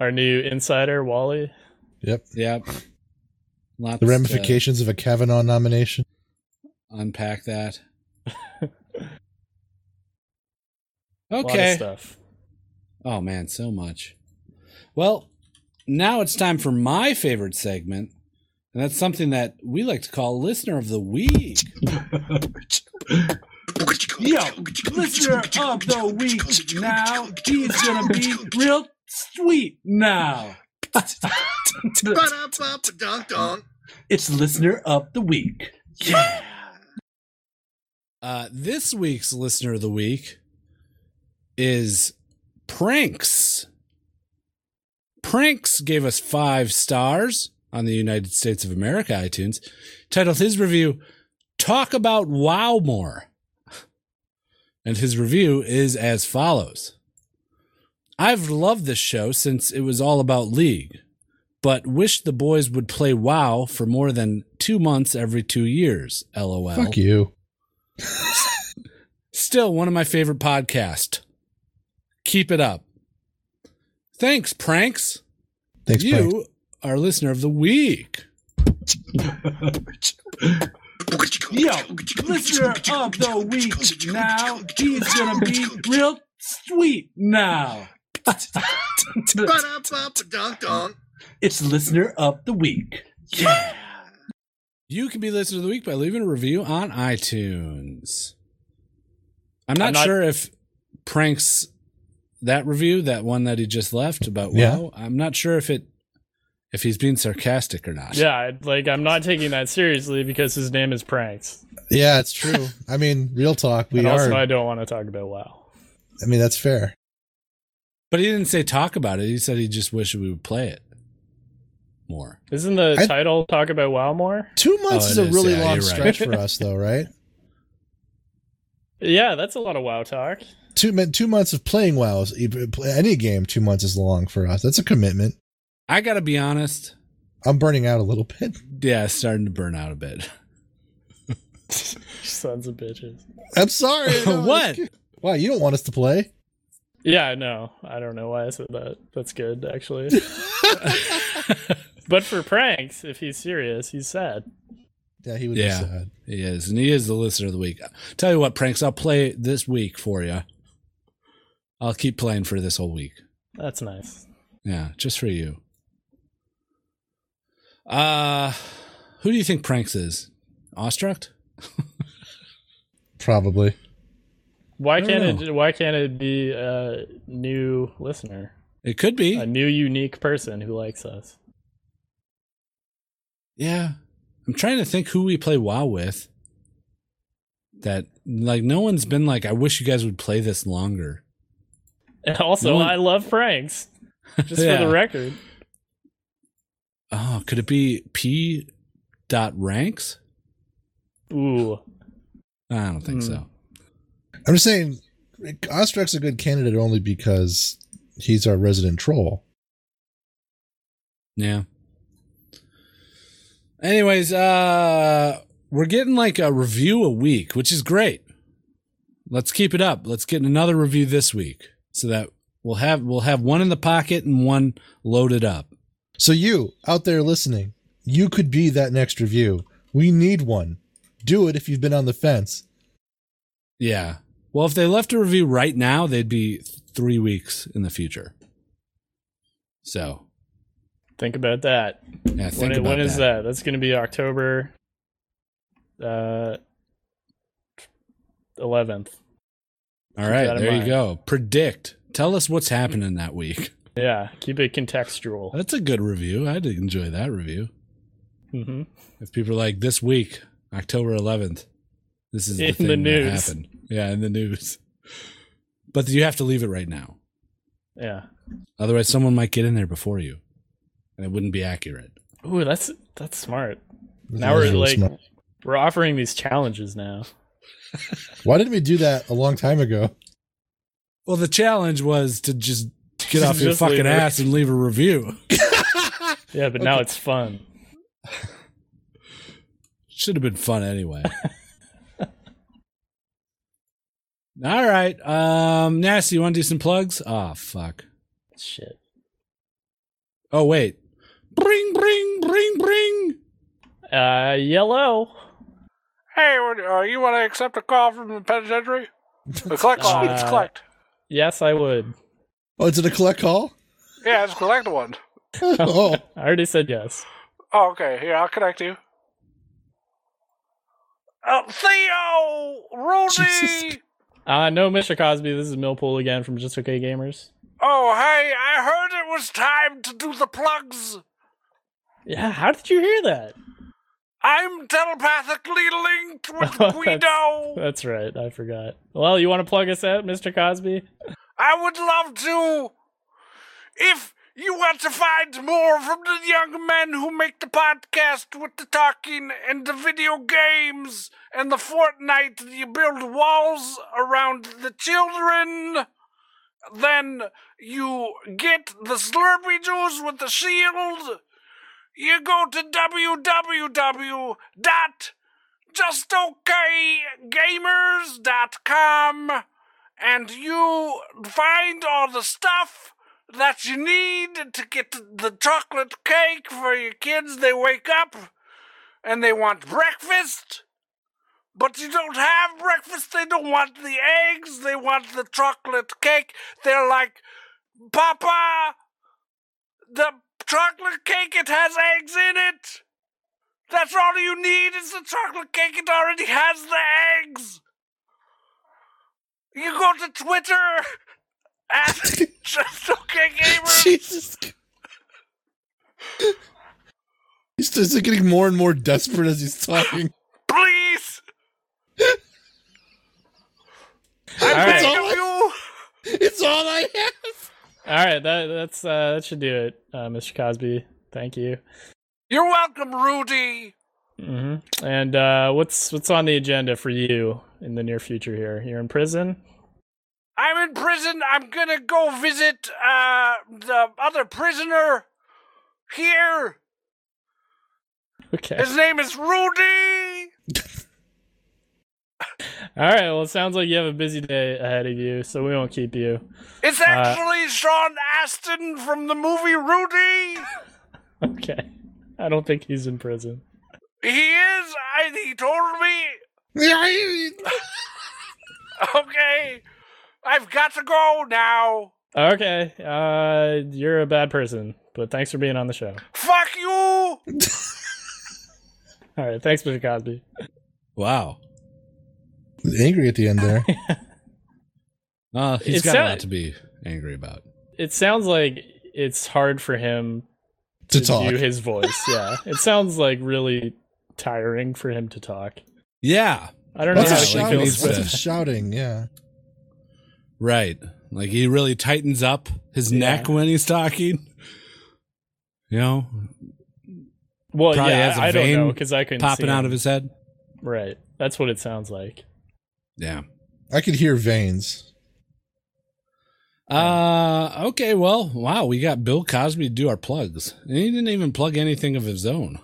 B: our new insider Wally.
C: Yep.
A: Yep. Lots
C: The
A: to
C: ramifications of a Kavanaugh nomination.
A: unpack that.
B: Lot of
A: okay.
B: stuff.
A: Oh man, so much. Well, now it's time for my favorite segment, and that's something that we like to call listener of the week.
E: Yo, listener of the week now, he's gonna be real sweet now. it's listener of the week. Yeah.
A: Uh, this week's listener of the week is Pranks. Pranks gave us five stars on the United States of America iTunes, titled his review, Talk About Wow More. And his review is as follows I've loved this show since it was all about League, but wish the boys would play WoW for more than two months every two years. LOL.
C: Fuck you.
A: Still one of my favorite podcasts. Keep it up. Thanks, Pranks.
C: Thanks,
A: you
C: Frank.
A: are listener of the week.
E: Yo, listener of the week now, he's gonna be real sweet now. it's listener of the week. Yeah.
A: You can be listener of the week by leaving a review on iTunes. I'm not,
B: I'm not-
A: sure if Pranks that review, that one that he just left about
C: Yeah.
A: wow, I'm not sure if it if he's being sarcastic or not.
B: Yeah, I'd- like I'm not taking that seriously because his name is Pranks.
C: Yeah, it's true. I mean, real talk. We
B: and also,
C: are.
B: I
C: I
B: don't want to talk about WoW.
C: mean, that's fair.
A: But he didn't say talk about it. He said he just wished we would play it more.
B: Isn't the
C: I-
B: title talk about WoW more?
C: Two months
A: Oh, it
C: is a
A: is.
C: really
A: Yeah,
C: long
A: you're right.
C: stretch for us, though, right?
B: Yeah, that's a lot of WoW talk.
C: Two men- two months of playing WoW. Is, e, any game, two months is long for us. That's a commitment.
A: I gotta be honest.
C: I'm burning out a little bit.
A: Yeah, it's starting to burn out a bit.
B: Sons of bitches.
C: I'm sorry. I know.
A: What?
C: Why you don't want us to play?
B: Yeah, no, I don't know why I said that. That's good, actually. but for pranks, if he's serious, he's sad.
C: Yeah, he would
A: Yeah.
C: be sad.
A: He is, and he is the listener of the week. Tell you what, pranks, I'll play this week for you. I'll keep playing for this whole week.
B: That's nice.
A: Yeah, just for you. Uh who do you think pranks is? Ostruct?
C: Probably.
B: Why
A: don't
B: can't it? Why can't it be a new listener,
A: It could be.
B: a new unique person who likes us?
A: yeah. I'm trying to think who we play WoW with. That like no one's been like, I wish you guys would play this longer.
B: And also,
A: No one-
B: I love pranks. Just for
A: Yeah.
B: the record,
A: Oh, could it be P dot ranks?
B: ooh,
A: I don't think
B: Hmm.
A: so.
C: I'm just saying, Ostrak's a good candidate only because he's our resident troll.
A: Yeah. Anyways, uh we're getting like a review a week, which is great. Let's keep it up. Let's get another review this week so that we'll have we'll have one in the pocket and one loaded up.
C: So you out there listening, you could be that next review. We need one. Do it if you've been on the fence.
A: Yeah. Well, if they left a review right now, they'd be 3 weeks in the future. So,
B: Think about that.
A: yeah, think
B: when
A: about
B: when
A: that.
B: is that? That's going to be October uh 11th.
A: All right,
B: that in
A: there you
B: mind.
A: go. Predict. Tell us what's happening that week.
B: Yeah, keep it contextual.
A: That's a good review. I'd enjoy that review.
B: hmm
A: If people are like this week, October 11th, this is the
B: In
A: thing
B: the
A: that
B: news.
A: happened. Yeah, in the news. But you have to leave it right now.
B: Yeah.
A: Otherwise, someone might get in there before you, and it wouldn't be accurate.
B: Ooh, that's that's smart. Now we're
C: That's really
B: like
C: smart.
B: we're offering these challenges now.
C: why didn't we do that a long time ago?
A: Well, the challenge was to just get off your
B: Just leave
A: fucking
B: it.
A: ass and leave a review.
B: Yeah, but now it's fun.
A: Should have been fun anyway. All right. Um, Nasty, you want to do some plugs? Ah, fuck.
B: Shit.
A: Oh, wait. Bring, bring, bring, bring.
B: Uh yellow.
D: Hey, what- uh, you want to accept a call from the penitentiary? The collect call. It's
B: Uh,
D: collect.
B: Yes, I would.
C: Oh, is it a collect call?
D: Yeah, it's collect one.
C: oh,
B: I already said yes.
D: Oh, okay. Here, I'll connect you. Uh, Theo! Rudy!
C: Jesus.
B: Uh no Mr. Cosby, this is Millpool again from Just Okay Gamers.
D: Oh, hey, I heard it was time to do the plugs.
B: Yeah, how did you hear that?
D: I'm telepathically linked with
B: That's-
D: Guido.
B: That's right, I forgot. Well, you want to plug us out, Mr. Cosby?
D: I would love to. If you want to find more from the young men who make the podcast with the talking and the video games and the Fortnite, you build walls around the children. Then you get the Slurpee Juice with the shield. You go to www.justokgamers.com and you find all the stuff that you need to get the chocolate cake for your kids. They wake up and they want breakfast, but you don't have breakfast. They don't want the eggs, they want the chocolate cake. They're like, Papa, the chocolate cake, it has eggs in it. That's all you need is the chocolate cake. It already has the eggs. You go to Twitter at just okay gamer.
C: Jesus. He's just getting more and more desperate as he's talking.
D: Please,
B: All
D: beg
B: right,
C: all-
D: of you.
C: It's all I have.
B: all right, that that's uh, that should do it, uh, Mr. Cosby. Thank you.
D: You're welcome, Rudy.
B: hmm And uh, what's what's on the agenda for you in the near future? Here, you're in prison.
D: I'm in prison. I'm gonna go visit uh the other prisoner here.
B: Okay.
D: His name is Rudy.
B: All right. Well, it sounds like you have a busy day ahead of you, so we won't keep you.
D: It's actually Sean Astin from the movie Rudy.
B: Okay. I don't think he's in prison.
D: He is. I, he told me Okay. I've got to go now.
B: Okay. Uh, you're a bad person, but thanks for being on the show.
D: Fuck you!
B: All right. Thanks, Mr. Cosby.
A: Wow.
C: Angry at the end there.
A: Uh, he's
B: It
A: got a
B: sound-
A: lot to be angry about.
B: It sounds like it's hard for him
C: To talk.
B: do his voice. Yeah. it sounds like really tiring for him to talk.
A: Yeah.
B: I don't know
C: Lots
A: Yeah,
C: of
A: like
B: how he
C: shouting.
A: he's,
B: feels.
A: uh,
C: Lots of shouting. Yeah.
A: Right. Like he really tightens up his
B: Yeah.
A: neck when he's talking. You know,
B: Well,
A: probably
B: yeah,
A: has a
B: I I don't
A: vein
B: know because I couldn't
A: popping
B: see
A: out
B: him.
A: of his head.
B: Right, that's what it sounds like.
A: Yeah.
C: I could hear veins.
A: Uh okay, well, wow, we got Bill Cosby to do our plugs. And he didn't even plug anything of his own.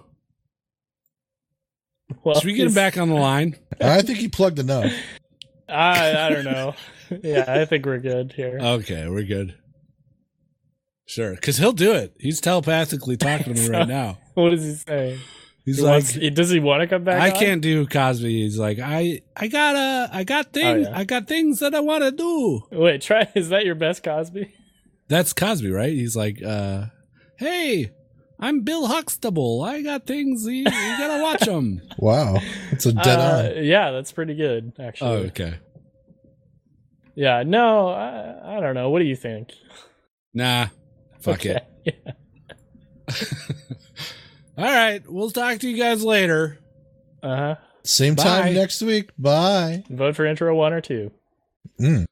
B: Well,
A: Should we get him back on the line?
C: I think he plugged enough.
B: I I don't know. yeah, I think we're good here.
A: Okay, we're good. Sure, because he'll do it. He's telepathically talking to me right now.
B: what is he saying?
A: He's
B: He
A: like,
B: wants- he- does he want to come back?
A: I
B: on?
A: can't do Cosby. He's like, I, I got uh, I got things,
B: Oh, yeah.
A: I got things that I want to do.
B: Wait, try. Is that your best Cosby?
A: That's Cosby, right? He's like, uh, hey, I'm Bill Huxtable. I got things. You, you gotta watch them.
C: Wow, it's a dead
B: Uh,
C: on.
B: yeah, that's pretty good
A: oh,
B: actually.
A: okay.
B: Yeah, no, I, I don't know. What do you think?
A: Nah, fuck it.
B: Okay.
A: All right, we'll talk to you guys later.
B: Uh huh.
C: Same
A: Bye.
C: time next week. Bye.
B: Vote for intro one or two.
C: Mm.